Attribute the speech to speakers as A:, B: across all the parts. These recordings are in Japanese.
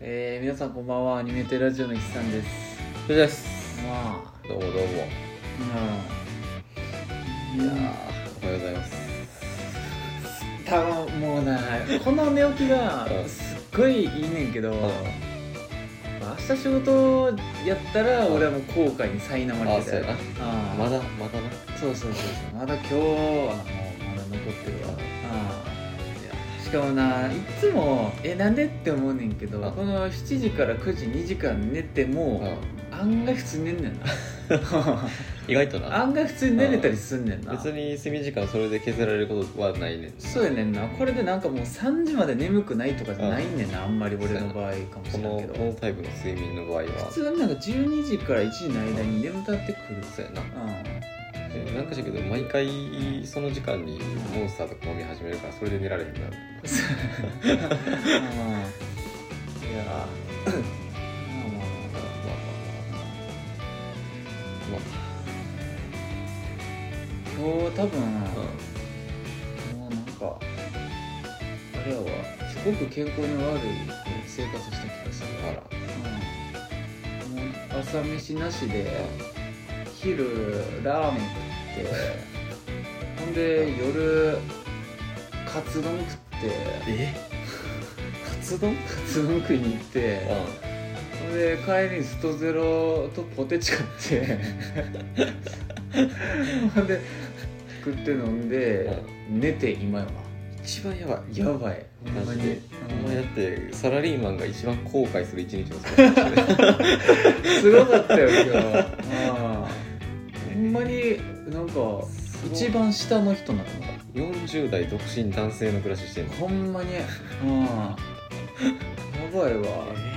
A: えー、皆さんこんばんはアニメテラジオの岸さんです
B: それです
A: まあ
B: どうもどうも
A: うんいや
B: おはようございます
A: ーたまもうなこの寝起きが
B: うん
A: すっごいいいねんけど、
B: あ
A: 明日仕事やったら俺はもう後悔に苛まれて
B: あそ
A: た
B: うや
A: よ
B: な
A: あ
B: まだまだな
A: そうそうそうそうまだ今日はもうまだ残ってるわああしかもないっつも「えなんで?」って思うねんけど
B: あ
A: この7時から9時2時間寝ても、
B: うん
A: 案外普通に寝ん ねんな
B: 意外とな
A: 案外普通に寝れたりすんねんな
B: 別に睡眠時間それで削られることはないね
A: そうやねんなこれでなんかもう3時まで眠くないとかじゃないねんなあんまり俺の場合かもし
B: こ
A: れん
B: の
A: けど
B: このタイプの睡眠の場合は
A: 普通なんか12時から1時の間に眠たってくる
B: そうやな
A: う
B: でなんかしたけど毎回その時間にモンスターとか飲み始めるからそれで寝られへんなる
A: んうんいやまあまあ
B: まあまあまあまあ
A: 今日多分、
B: まあうん
A: もうなんか俺らはすごく健康に悪い生活をした気がする
B: あら
A: うんもう朝飯なしで昼ラーメン食ってほんで夜カツ丼食って
B: え
A: カツ丼カツ丼食いに行ってほんで帰りにストゼロとポテチ買ってほんで食って飲んで寝て今やわ
B: 一番やばい
A: やばいほんま
B: マジ
A: に
B: でお前だってサラリーマンが一番後悔する一日の過ごし方してる
A: すごかったよ 今日あーほんまになんか一番下の人なのか
B: 40代独身男性の暮らししてんの
A: ほんまにうんやばいわ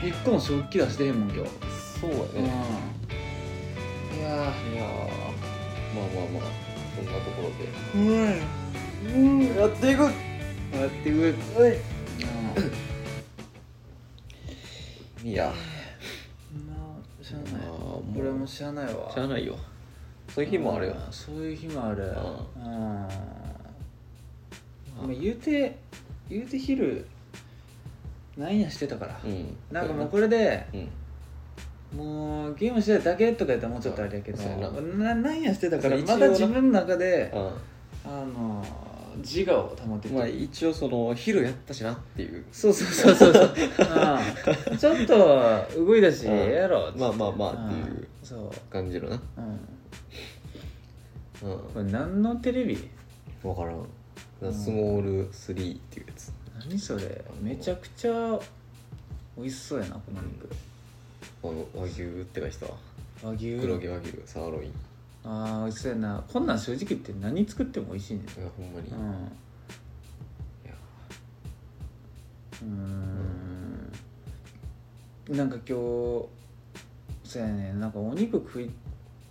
B: えー
A: 一個も食器出してへんもん今日
B: そうや
A: うん
B: ね
A: いや
B: いやーまあまあまあそんなところで
A: ーうんやっていくやっていく
B: はい
A: うん
B: いや
A: まあしゃあ
B: ま
A: ない
B: あもう
A: これもしゃあないわ
B: しゃあないよそういう日もあるよ
A: んそういう日もあるうん
B: ん
A: まあ言うて言うて昼なんやしてたから
B: うん
A: なんかもうこれで
B: うん
A: もうゲームしてただけとかやったらもうちょっとあれやけど
B: そうやな
A: ななんやしてたから
B: そう一応
A: ま
B: な
A: だ自分の中で
B: う
A: あの自我を保て
B: んまあ
A: て
B: 一応その昼やったしなっていう
A: そうそうそうそうそううんちょっと動いたし
B: うん
A: やろう
B: まあまあまあってい
A: ん
B: う
A: そう
B: 感じのな
A: うん
B: うん
A: これ何のテレビ
B: 分からんスモール3っていうやつ
A: 何それめちゃくちゃ美味しそうやなこの肉
B: あの和牛って書いてたわ
A: 和牛
B: 黒毛和牛サーロインい
A: あー美味しそうやなこんなん正直言って何作っても美味しいねん
B: やほんまにい
A: うん
B: や
A: うーんなんか今日そうやねなんかお肉食い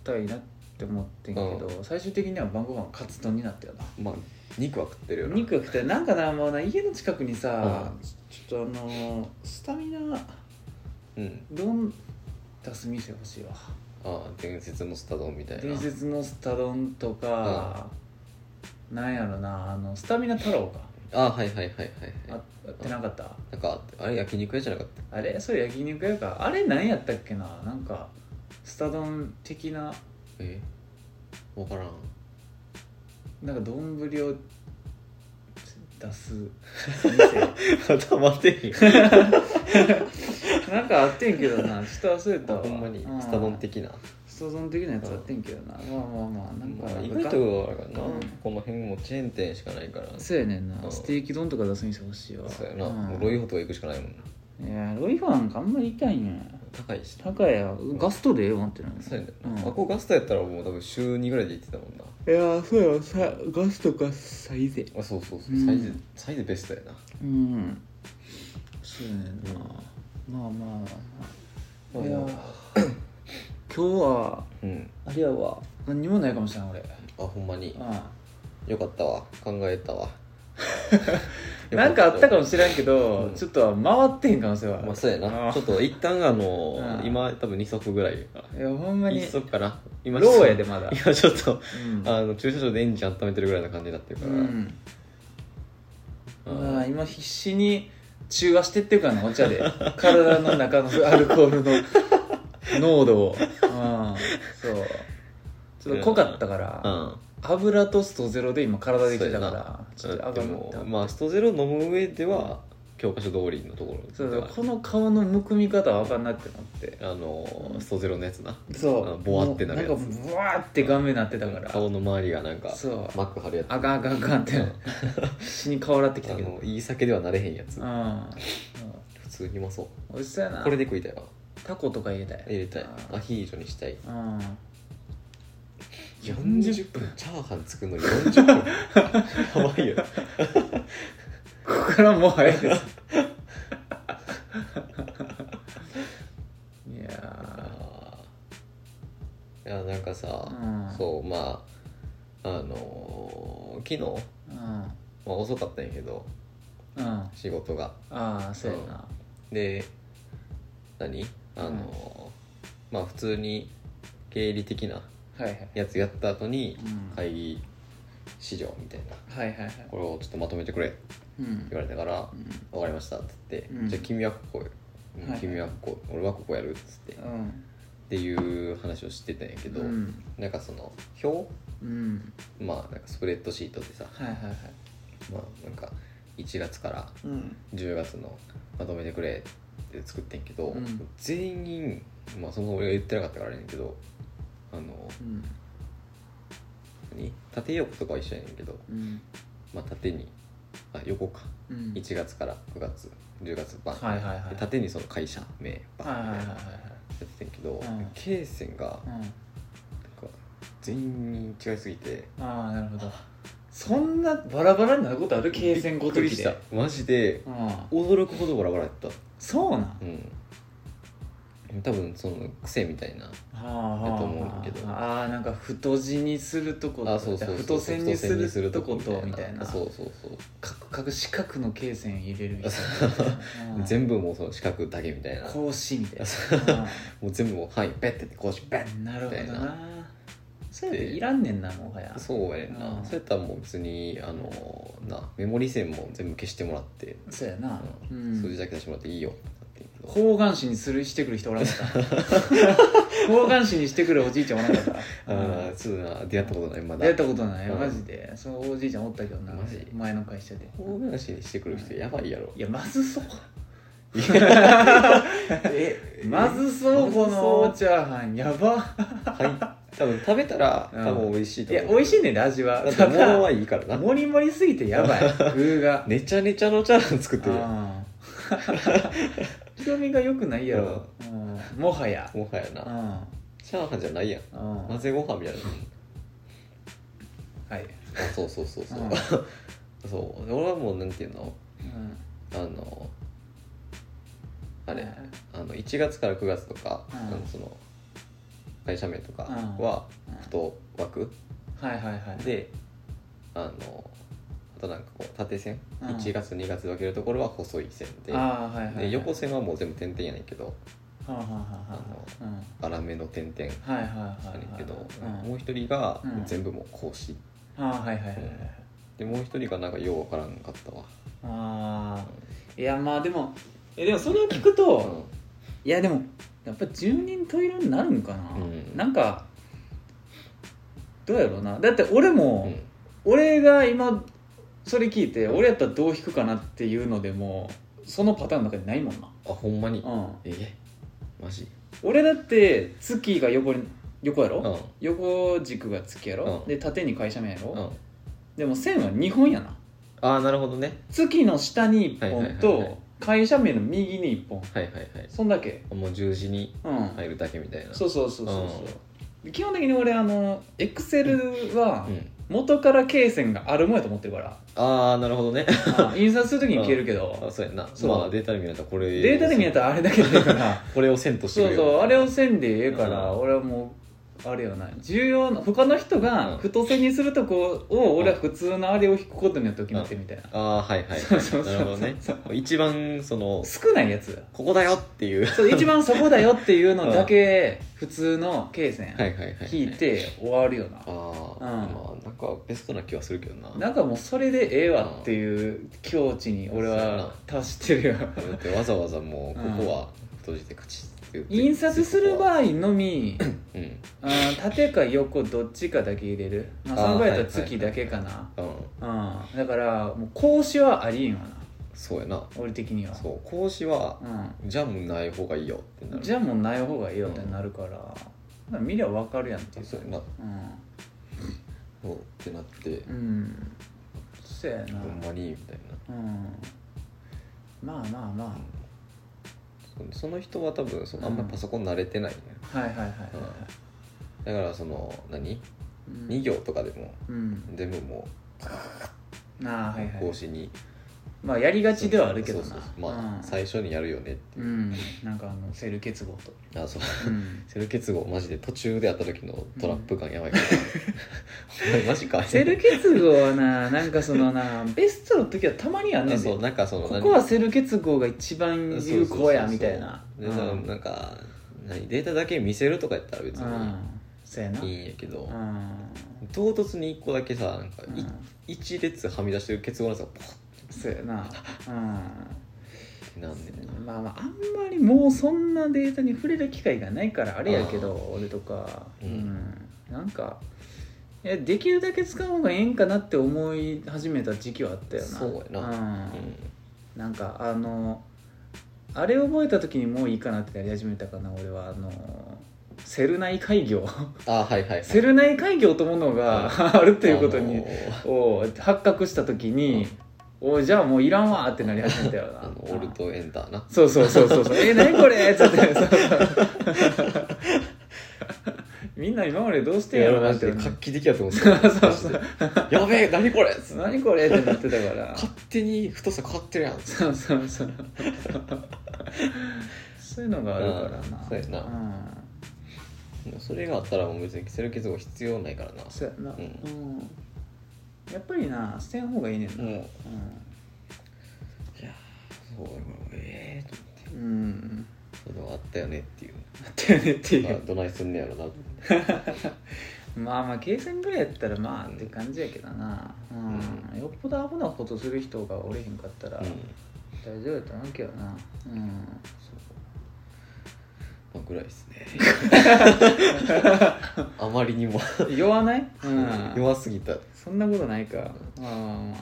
A: たいなって思ってんけど、最終的には晩ご飯カツ丼になったよな
B: まあ肉は食ってるよな
A: 肉食ってなんかなもうな家の近くにさ、
B: うん
A: ちょっとあのースタミナ
B: うん
A: 丼出す店欲しいわ
B: ああ伝説のスタドンみたいな
A: 伝説のスタ丼とか、なんやろなあのスタミナ太郎か
B: ああはいはいはいはい
A: あ
B: はい
A: ってなかった
B: なんかあれ焼肉屋じゃなかった
A: あれそれ焼肉屋かあれ何やったっけななんかスタ丼的な
B: え分からん
A: なんか丼を出す
B: まってるよ
A: 店なんかあってんけどなちょっと忘れたわ
B: ほんまに
A: うん
B: スタドン的な
A: スタ丼的なやつあってんけどなまあまあまあなんか
B: まあ意外とあれかな
A: うん
B: この辺もチェーン店しかないからそ
A: そうやねん
B: う
A: なんステーキ丼とか出す店欲しいわ
B: うやな
A: うん
B: もうロイホとか行くしかないもんない
A: やロイファンかあんまり痛いね
B: 高いしな
A: 高いやガストでええわんってなる
B: そうやねん
A: うん
B: なあここガストやったらもう多分週2ぐらいで行ってたもんない
A: やそうやわさガストかサイゼ
B: あそうそうそう
A: うん
B: サイズサイズベストやな
A: うんそうやねんな、まあまあまあいや
B: まあ
A: 今日は
B: うん
A: あれやわ何にもないかもしれない俺
B: あほんまに
A: あ
B: よかったわ考えたわ
A: あ なんかあったかも
B: し
A: しれんけど、
B: うん
A: ちょっとは回ってへん可能性はある
B: まあそうや
A: あ
B: なちょっと一旦あの
A: うん
B: 今多分2足ぐらいやか
A: いやほんま
B: ら
A: に
B: 1足かな今
A: ローやでまだ
B: 今ちょっと
A: うん
B: あの駐車場でエンジン温めてるぐらいな感じになってるか
A: う
B: ら
A: ん、
B: うん
A: まあ今必死に中和してってるからなお茶 で体の中のアルコールの濃度を、うん、そうちょっと濃かったから、
B: うん
A: 油とストゼロで今体できてたからちょっと
B: で
A: 上がった
B: もまあストゼロ飲む上では教科書通りのところ
A: そう
B: で
A: そう
B: は
A: この顔のむくみ方はあかんなって思って
B: あのストゼロのやつな
A: そ
B: あ
A: う
B: ボワってなるやつ
A: もうなんかボワーって顔面なってたから、
B: 顔の周りがなんか
A: そう
B: マック貼るやつ
A: あかんあかんあかんって
B: うん
A: 必死に顔洗ってきた
B: あ
A: けど
B: のいい酒ではなれへんやつ
A: うんうん
B: 普通にうまそう
A: 美味しそうやな
B: これで食いたいわ
A: タコとか入れたい
B: 入れたい
A: あ
B: アヒージョにしたい
A: うん
B: 40分チャーハン作るのに40分 やばいよ
A: ここからもう早いです いや
B: あーいやなんかさ、
A: ーうん
B: そうまああのー昨日、
A: うん
B: まあ、遅かったんやけど
A: うんあ
B: 仕事が
A: あそうやな
B: で何あのーまあ普通に経理的な
A: はいはい
B: やつやった後に
A: うん
B: 会議資料みたいな
A: はいはいはい
B: これをちょっとまとめてくれって
A: うん
B: 言われたから
A: う
B: 「分かりました」って言って「
A: うん
B: じゃあ君はここうん
A: はいはい
B: 君はここ俺はここやる」っつってっ
A: ん
B: ていう話をしてたんやけ
A: う
B: ど、
A: ん
B: なんかその表
A: うん
B: まあなんかスプレッドシートでさ、
A: はいはいはい
B: まあ、なんか1月から
A: うん
B: 10月のまとめてくれって作ってんけど、
A: うん
B: 全員、まあ、その俺が言ってなかったからあれやねんけどあの
A: うん
B: 何縦横とかは一緒やねんけど、
A: うん
B: まあ、縦にあ横か
A: うん
B: 1月から9月10月バン、
A: はいはいはい
B: で縦にその会社名バン
A: はいはいはい
B: みたいな
A: は
B: やってんけど、
A: うん
B: 経線が
A: い
B: な
A: はい
B: んか
A: うん
B: 全員違いすぎて
A: ああなるほどそんなバラバラになることある経線ごと
B: びっくり
A: き
B: し
A: で
B: たマジで
A: うん
B: 驚くほどバラバラやった
A: そうなん
B: うん多分その癖みたいな
A: はあはあ
B: やと思うんだけど
A: ああなんか太字にするとこと太線にするとことみたいな
B: そうそうそう
A: 角角四角の経線入れるみたいなうん
B: 全部もうその四角だけみたいなも
A: 格子みたいな
B: う全部もう範囲ペッてってこうしペッ
A: うんなるほど
B: みたい
A: なそういうのいらんねんなもはや
B: そうやねんな、
A: うん
B: そうやったらもう別にあのなメモリ線も全部消してもらって、
A: そうやなう
B: うん数字
A: ん
B: だけ出してもらっていいよってなってんけど
A: 方眼紙にするしてくる人おらんかった 方眼紙にしてくるおじいちゃんおらんかった
B: あーちょっとな出会ったことないまだ
A: 出会ったことない
B: うん
A: マジでそのおじいちゃんおったけどな
B: マジ
A: 前の会社で
B: 方眼紙にしてくる人やばいやろ
A: いやまずそうえ
B: え
A: まずそうこ
B: まずそう
A: のチャーハンやば
B: はい多分食べたら
A: うん
B: 多分美味しい
A: い
B: と
A: や
B: 思う
A: 美味しいねんで味は
B: だって
A: た
B: 物
A: だ
B: はいいからな
A: モリモリすぎてや ばい具が
B: ねちゃねちゃのチャーハン作ってるも
A: あー人見が良くないやろうんもはや
B: はや
A: う
B: なんチャーハンじゃないやん
A: うん
B: 混ぜご飯みたいな
A: はい
B: あそうそうそうそう そうで俺はもうなんていうの
A: うん
B: あのあれあの1月から9月とか、
A: うん
B: あのその会社名とか
A: うん
B: は
A: うん
B: 太枠
A: はいはいはい
B: であのあとなんかこう縦線、
A: うん
B: 1月2月で分けるところは細い線で,、
A: あーはいはいはい
B: で横線はもう全部点々やねんけど
A: はあはあはあはあうん
B: 粗めの点々
A: はいはいは
B: や
A: い
B: ねんけど、
A: うん
B: もう一人が
A: うん
B: 全部もう講師、
A: ああはいはいはいはいはい
B: でもう一人がなんかようわからんかったわ
A: ああいやまあでもえでもそれを聞くと、いやでもやっぱ十人十色になるんかな、
B: うん
A: なんかどうやろうなだって俺
B: うん、う
A: も、
B: ん
A: 俺が今それ聞いて
B: うん
A: 俺やったらどう弾くかなっていうのでもそのパターンの中にないもんな、
B: あほんまに、
A: うん、
B: えマジ
A: 俺だって月が横に横やろ、
B: うん
A: 横軸が月やろ、
B: うん
A: で縦に会社名やろ、
B: うん
A: でも線は2本やな
B: ああなるほどね
A: 月の下に1
B: はいは
A: 本
B: いはいはい
A: と会社名の右に1本
B: はいはいはい
A: そんだけ
B: もう十字に
A: うん、
B: 入るだけみたいな
A: そうそうそうそうそう基本的に俺あのエクセルは
B: うん、
A: 元から経線があるもんやと思ってるから
B: ああなるほどね
A: あ印刷するときに消えるけ
B: あ
A: ど
B: そうやんな
A: そう
B: まあデータで見られたらこれ
A: データで見えたらあれだけでいいから
B: これを線として
A: そう
B: る
A: そうあれを
B: そ
A: 線でええから
B: うん
A: 俺はもうあれよな重要な他の人
B: う
A: が
B: ん
A: 太せにするとこを俺は普通のあれを引くことによって決めてみたいな、
B: ああはいはい
A: そうそうそう
B: なるほどね
A: そう
B: 一番その
A: 少ないやつ
B: ここだよっていう
A: そう一番そこだよっていうのだけ普通の経線
B: はいはいはいは
A: 引いて終わるよな、
B: ああ、
A: うん
B: まあなんかベストな気はするけどな
A: なんかもうそれでええわっていう境地に俺は達してるよ
B: だってわざわざもう
A: うん
B: ここは閉じてカチッて言って
A: 印刷する場合のみ
B: うん、
A: あー縦か横どっちかだけ入れる、まあ、
B: あー
A: その場合だったら月だけかな
B: うん、
A: うんだからもう格子はありえんわな
B: そうやな
A: 俺的には
B: そう講師は
A: う
B: ジャムない方がいいよってなんる
A: じゃあもうない方がいいよってなるから,、見りゃ分かるやんっていう
B: そうやな
A: う
B: そうってなって、
A: ん、うん、そやな
B: ほんまにみたいな
A: うんまあまあま
B: そその人は多分そのあんまパソコン慣れてないね、
A: あはいはいはいはい
B: だからその何
A: うん
B: 2行とかでも
A: うん
B: 全部も
A: ああはいうは
B: 講
A: い
B: 師に
A: まあやりがちではあるけど
B: そう
A: な
B: そうそうまあ最初にやるよねって
A: う
B: い
A: ん、
B: う、
A: うん、なんかあのセル結合と
B: あそう
A: うん
B: セル結合マジで途中でやった時のトラップ感やば いから、お前マジか
A: セル結合はななんかそのなベストの時はたまにあんね
B: あ
A: んで
B: そうなんかその
A: ここはセル結合が一番
B: 何
A: 有効や
B: そうそうそうそう
A: みたいな
B: でだから
A: うん
B: なんか何データだけ見せるとかやったら別
A: うん
B: に
A: そうやない
B: いんやけど、
A: うん
B: 唐突に1個だけさなんか、い
A: うん
B: 一列はみ出してる結合のさポッ
A: そうやなうん
B: てなんねんな
A: まあまああんまりもうそんなデータに触れる機会がないからあれやけど俺とか
B: う
A: うんんなんかいやできるだけ使う方がええんかなって思い始めた時期はあったよな
B: そうやな
A: うん
B: うん
A: なんかあのあれ覚えた時にもういいかなってやり始めたかな俺はあのセル内開業
B: あはいはいはい
A: セル内開業とものが あるっていうこと
B: あ
A: に
B: のー
A: を発覚した時に、おじゃあもういらんわってなり始めたよな
B: あのオールとエンターな
A: そうそうそうそうそうえ何これっつってそうそうみんな今までどうしてんやろうな
B: マ
A: っ
B: ジ
A: て
B: で
A: な
B: 画期的やと思って た
A: そうそう
B: マジでやべえ何これ
A: 何これってなってたから
B: 勝手に太さ変わってるやん
A: そうそうそうそういうのがあるから
B: う
A: なん
B: そうやなそれがあったらもう別にセル結合必要ないからな
A: そうやな、
B: う
A: うんんやっぱりな捨てん方がいいねんな、
B: もういやーそうええと
A: うんうん
B: 思ってそういうのがあったよねっていう
A: あったよねってい
B: まあ
A: う、
B: どないすんねやろなと思って
A: まあまあ計算ぐらいやったらまあって感じやけどな、うんよっぽどアホなことする人がおれへんかったら
B: うんそう
A: 大丈夫やと思うけどなうん
B: まあぐらいで すねあまりにも
A: 酔わない、うん、
B: 弱すぎた
A: そんなことないかまあまあまあ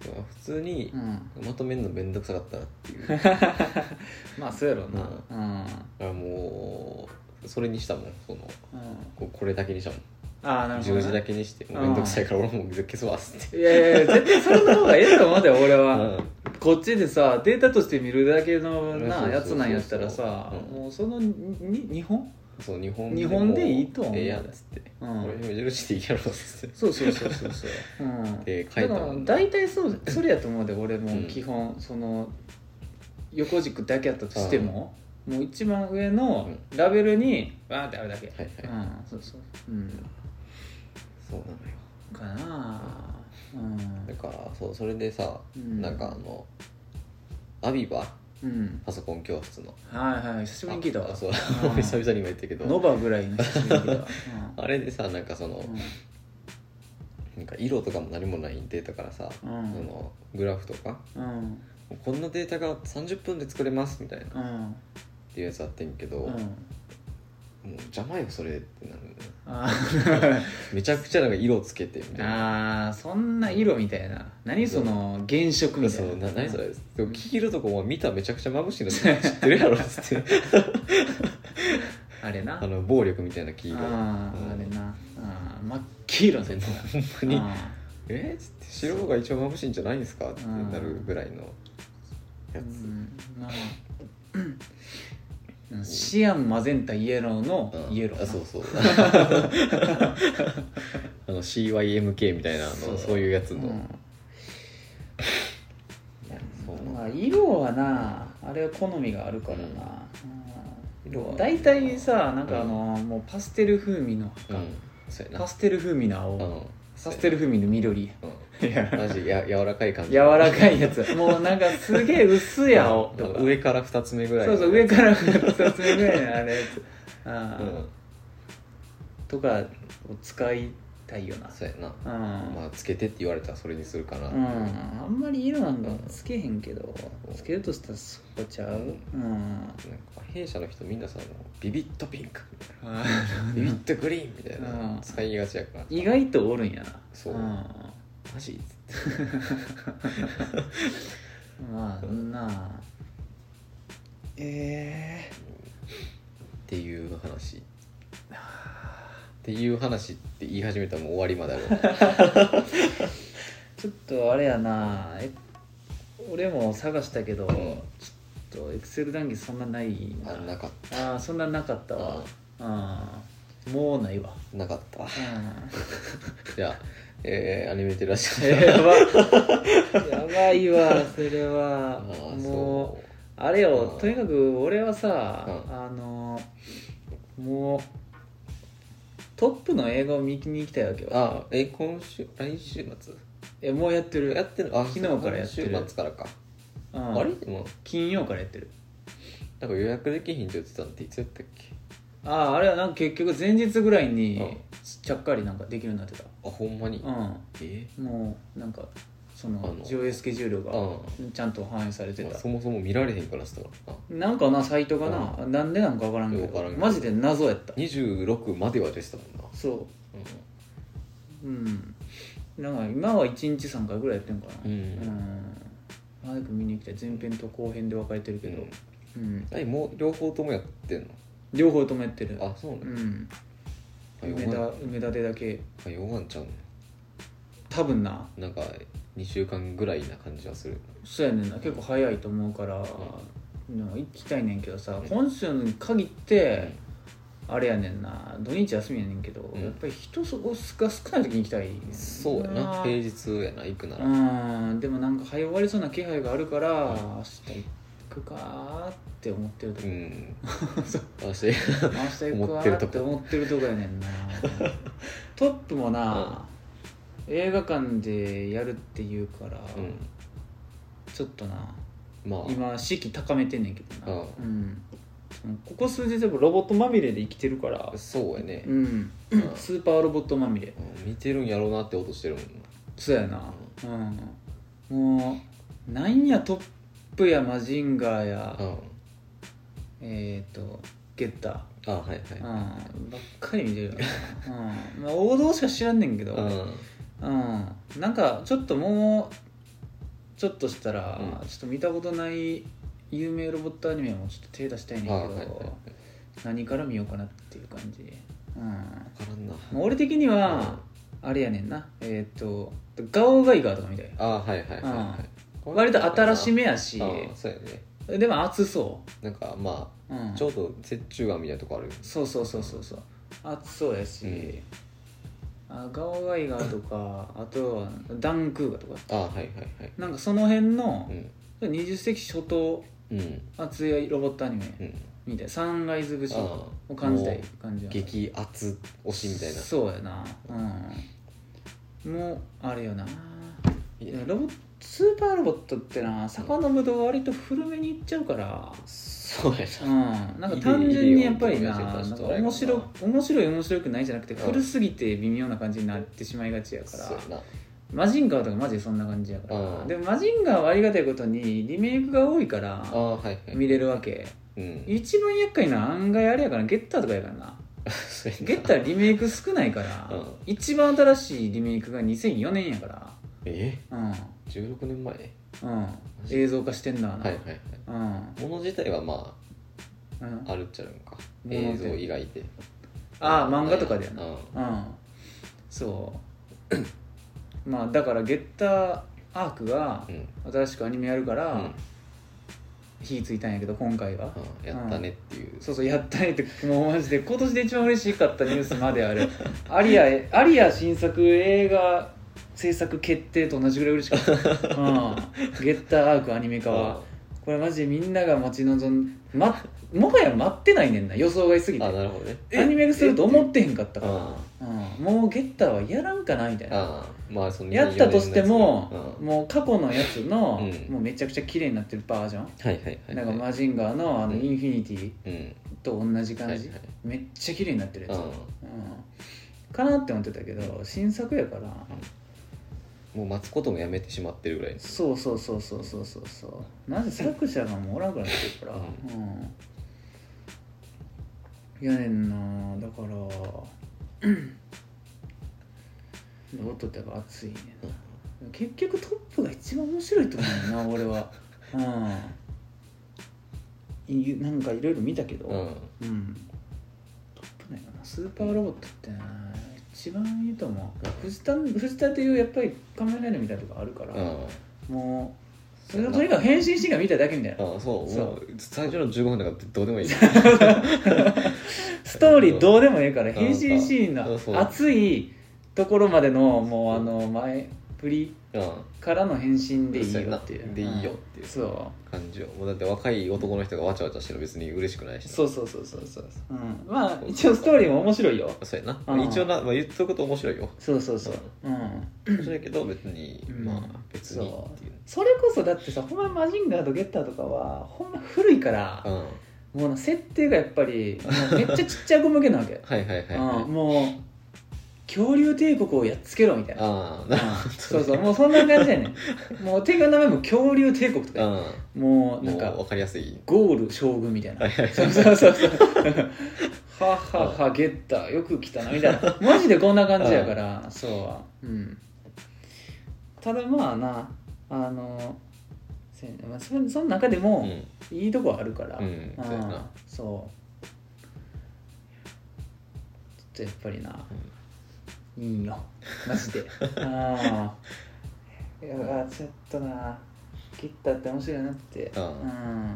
B: 普通に
A: うん、 うん、
B: まとめるのめんどくさかったなっていうだか
A: まあそうやろうなうん、
B: らもうそれにしたもんその
A: うん
B: ここれだけにしたもん
A: ああなるほどな
B: 十字だけにしてもうめんどくさいから俺もう消すわっつって
A: いやいやいや絶対それの方がええと思うんだよ俺
B: う
A: は、
B: ん
A: こっちでさデータとして見るだけの
B: そうそうそう
A: な
B: そう
A: やつなんやったらさ
B: うん
A: もうその2本
B: そう日本
A: 日本でいいと
B: も
A: 思う
B: ええやんっつって
A: うん
B: 俺も印でいいやろっつって
A: そうそうそうそうそう、うん、
B: で書
A: だ
B: いた
A: から
B: もんな
A: 大体そうそれやと思うで俺
B: うん
A: も基本、その横軸だけやったとしても、もう一番上のラベルにバーンってあるだけ、
B: はいはい
A: うんそうそううん
B: そうなのよ
A: かなあう
B: だ
A: ん
B: からそうそれでさ
A: うん
B: なんかあのアビバ
A: うん
B: パソコン教室の
A: はいはい久しぶりに聞いた
B: あ
A: わ
B: そう
A: ん
B: 久々に今言ったけ
A: ノ
B: ど
A: バぐらいの久しぶりに聞いたわ、
B: あれでさなんかその
A: うんうん
B: なんか色とかも何もないデータからさ
A: う
B: そ
A: ん
B: のグラフとか
A: うん
B: こんなデータが30分で作れますみたいなっ
A: うん
B: ていうやつあってんけど
A: う
B: もうん邪魔よそれってなるのよ
A: あ
B: めちゃくちゃなんか色つけてみたいな
A: ー あーそんな色みたいな何その原色みた
B: そ
A: いな
B: うな何それでも黄色とかお前見たらめちゃくちゃ眩しいの知ってるや ろっつって
A: あれな
B: あの暴力みたいな黄色
A: あー
B: うん
A: あれなあー真っ黄色のやつだ
B: ほんまにえっつって白が一番眩しいんじゃないんですかってなるぐらいのや
A: う
B: つ
A: んまあうんシアンマゼンタイエローの
B: うん
A: イエローな
B: あそう そうあの CYMK みたいなあの
A: そ
B: そうういうやつの、
A: うん
B: いやそう
A: まあ色はなあれは好みがあるからな、
B: 色は
A: 大体さなんかあの、もうパステル風味の
B: う
A: 赤、
B: んそうやな
A: パステル風味の青、
B: うん
A: パステル風味の緑い
B: うん
A: や
B: マジや柔らかい感じ
A: 柔らかいやつもうなんかすげえ薄い青
B: う
A: と
B: ん
A: か
B: 上から2つ目ぐらい
A: そうそう上から2つ目ぐらいのあれやつあ
B: う
A: ー、
B: ん
A: とかを使いたいよな
B: そうやな
A: うん、
B: まあつけてって言われたらそれにするかな
A: うん、あんまり色なんかつけへんけど
B: うん
A: つけるとしたらそこちゃううん
B: なんか弊社の人みんなさもうビビットピンク
A: あ
B: ビビットグリーンみたいな、
A: うん
B: 使いがちやから
A: 意外とおるんやな
B: そうんマジ
A: まあなあえ
B: っていう話っていう話って言い始めたらもう終わりまである
A: ー、ちょっとあれやなえ俺も探したけど、
B: ん
A: ちょっとエクセル談義そんなないな
B: あなかっ
A: あーそんななかったわうんもうないわ
B: たなかったわ
A: うん
B: じゃあ、えーアニメテラス
A: えー やばやばいわそれはもう
B: も
A: あれよ、
B: うん
A: とにかく俺はさ、
B: う
A: あのもうトップの映画を見に行きたいわけ
B: う
A: よ
B: あえ今週来週末
A: えもうやってる
B: やってるあ
A: 昨日からやってる
B: 今週末からか、
A: うん
B: あれでも
A: 金曜からやってる
B: なんか予約できひんって言ってたんっていつやったっけ
A: あああれはなんか結局前日ぐらいに
B: うん
A: ちゃっかりなんかできるようになってた
B: あほんまに、
A: う
B: え
A: んもうなんかそ
B: あ
A: の
B: の
A: 上映スケジュール
B: ー
A: が
B: あ
A: ちゃんと反映されて
B: ー、まあ
A: た
B: そもそも見られへんからしたからな
A: なんかなサイトがな、なんでなんかわからんけ
B: よくわ
A: ど
B: からんけど
A: マジで謎やった
B: 26まではでしたもんな、
A: そ
B: うん
A: ううんなんか今は1日3回ぐらいやってんかな
B: うん
A: うん早く見に行きたい前編と後編で分かれてるけど、うん
B: えもう両方ともやってんの
A: 両方ともやってる
B: あそうな
A: う
B: の、
A: ん
B: あ
A: 梅田梅田でだけ
B: あ4万ちゃうの
A: 多分な
B: なんか2週間ぐらいな感じはする
A: そうやねんな結構早いと思うから、なんか行きたいねんけどさ、
B: うん
A: 今週に限って、あれやねんな土日休みやねんけど、
B: ん
A: やっぱり人そこが少ない時に行きたいねんな
B: そうやな平日やな行くなら、
A: うんでもなんか早終わりそうな気配があるから、
B: うん
A: 明日行くかーって思ってると
B: う
A: こ、
B: ん
A: そう
B: 私
A: 明日行く
B: 思っ
A: か
B: てる
A: ー
B: とこ
A: って思ってるとこやね んなトップもな、映画館でやるっていうから、
B: うん
A: ちょっとな
B: まあ
A: 今士気高めてんねんけどな
B: ああ
A: うんここ数日でもロボットまみれで生きてるから
B: そうやね
A: う、ん
B: うん
A: スーパーロボットまみれ
B: うん見てるんやろうなって音してるもんな
A: そうやなうんもうなんやトップやマジンガーや
B: うん
A: えっとゲッタ
B: あはいはい
A: ーうんばっかり見てるよなうんまあ王道しか知らんねんけど
B: うん
A: うんなんかちょっともうちょっとしたら
B: う
A: ちょっと見たことない有名ロボットアニメもちょっと手出したいねん
B: あ
A: け
B: はいはいはい
A: ど何から見ようかなっていう感じ、うん、
B: 分からんな
A: 俺的にはあれやねんなえっ、とガオガイガーとかみたいな
B: あはいはいはいはい
A: 割と新しめやし
B: うんそうやね
A: でも熱そ
B: なんかま
A: う、うん
B: あ、ちょうど折衷眼みたいなとこある
A: そうそうそうそうそう熱そうやし、
B: うん
A: あガオガイガーとかあとはダンクーガとか
B: あはいはいはい
A: なんかその辺の
B: うん
A: 20世紀初頭
B: うん
A: 熱いロボットアニメ
B: うん
A: みたいなサンライズ節を
B: あ
A: 感じたい
B: も
A: 感じや
B: う
A: な
B: 激熱推しみたいな
A: そうやなうんもうあれよないい
B: や
A: やロボットスーパーロボットってな遡ると割と古めにいっちゃうから
B: そうや
A: う
B: なん
A: なんか単純にやっぱりな
B: 入れよう
A: な
B: 入れようんと
A: か
B: 思い
A: 面
B: ました
A: 白面白い面白くないじゃなくて
B: うん
A: 古すぎて微妙な感じになってしまいがちやか
B: そう
A: ら
B: やな
A: マジンガーとかマジでそんな感じやか
B: う
A: ら
B: ん
A: でもマジンガーはありがたいことにリメイクが多いから
B: あはいはい
A: 見れるわけ
B: うん
A: 一番厄介な案外あれやからゲッターとかやからな
B: そうやな
A: ゲッターリメイク少ないから、
B: うん
A: 一番新しいリメイクが2004年やから
B: え
A: うん
B: 16年前はい
A: うん映像化してんだな、
B: はいはい
A: うん
B: もの自体はま
A: うん
B: ああるっちゃあるんか
A: 物って
B: 映像以外で
A: ああ漫画とかだよな
B: うん
A: うんそう まあだからゲッターアークが
B: うん
A: 新しくアニメやるか
B: う
A: ら
B: ん
A: 火ついたんやけど今回は、
B: うんやったねっていう
A: そうそうやったねってもうマジで今年で一番嬉しかったニュースまである アリアアリア新作映画制作決定と同じぐらい嬉しかった、うん、ゲッターアークアニメ化はこれマジでみんなが待ち望んま、もはや待ってないねんな予想外すぎて
B: あなるほどね
A: アニメ化すると思ってへんかったから、
B: あ
A: うん、もうゲッターはやらんかなみたいな
B: あーまあその
A: やったとしても
B: 24年のやつね
A: もう過去のやつの、
B: うん
A: もうめちゃくちゃ綺麗になってるバージョン、
B: うんはいはいはい
A: なんかマジンガーのあの
B: うん
A: インフィニティ
B: うん
A: と同じ感
B: はいは
A: じ、
B: い
A: めっちゃ綺麗になってるやつ、う
B: あ
A: んかなって思ってたけど新作やから
B: ーもう待つこともやめてしまってるぐらいです
A: そうそうそうそうそうそうそうなぜ作者がもうおらんくなってるからうんやねんなだから うんロトってやっぱ熱いねんな結局トップが一番面白いと思う よな俺はうんいなんかいろいろ見たけど
B: うんうん
A: うんトップなんやなスーパーロボットってな一番いいと思う藤田藤田っていうやっぱり仮面ライダーみたいなとこあるから、もうそれがとにかく変身シーンが見ただけみたいな
B: ああそう
A: そう
B: もう最初の15分なんかどうでもい い
A: ストーリーどうでもええから
B: ん
A: 変身シーン
B: うんそう
A: の熱いところまでのもうあの前振り
B: うん
A: からの変身でいいよってい
B: そうやな
A: う
B: でいいよっていう
A: うんそう
B: 感じよもうだって若い男の人がわちゃわちゃしてるの別に嬉しくないしな
A: そうそうそうそうそう、うん、まあ一応ストーリーも面白いよ
B: そうやな、
A: うん
B: 一応な、まあ、言っとくこと面白いよ
A: そうそうそううん
B: 面白いけど別に、
A: うん
B: まあ別にっていう
A: それこそだってさほんまマジンガーとゲッターとかはほんま古いから
B: うんはい
A: もうな設定がやっぱ りもうめっちゃちっちゃい子向けなわけ
B: はいはいはい
A: うんもう恐竜帝国をやっつけろみたいな
B: ああなるほどね
A: そうそうもうそんな感じやね んもう帝国の名前も恐竜帝国とかやも
B: う
A: うんなん
B: もう
A: か
B: 分かりやすい
A: ゴール将軍みたいな
B: はいはい
A: そうそうそうそうはっはっはゲッターよく来たなみたいなマジでこんな感じやからそううんただまあなあのせやねまあそその中で
B: う
A: も
B: ん
A: いいとこはあるから、
B: うん
A: あー
B: そうやな
A: そうちょっとやっぱりな、いいよマジ でああいやちょっとなギッターって面白いなって
B: あ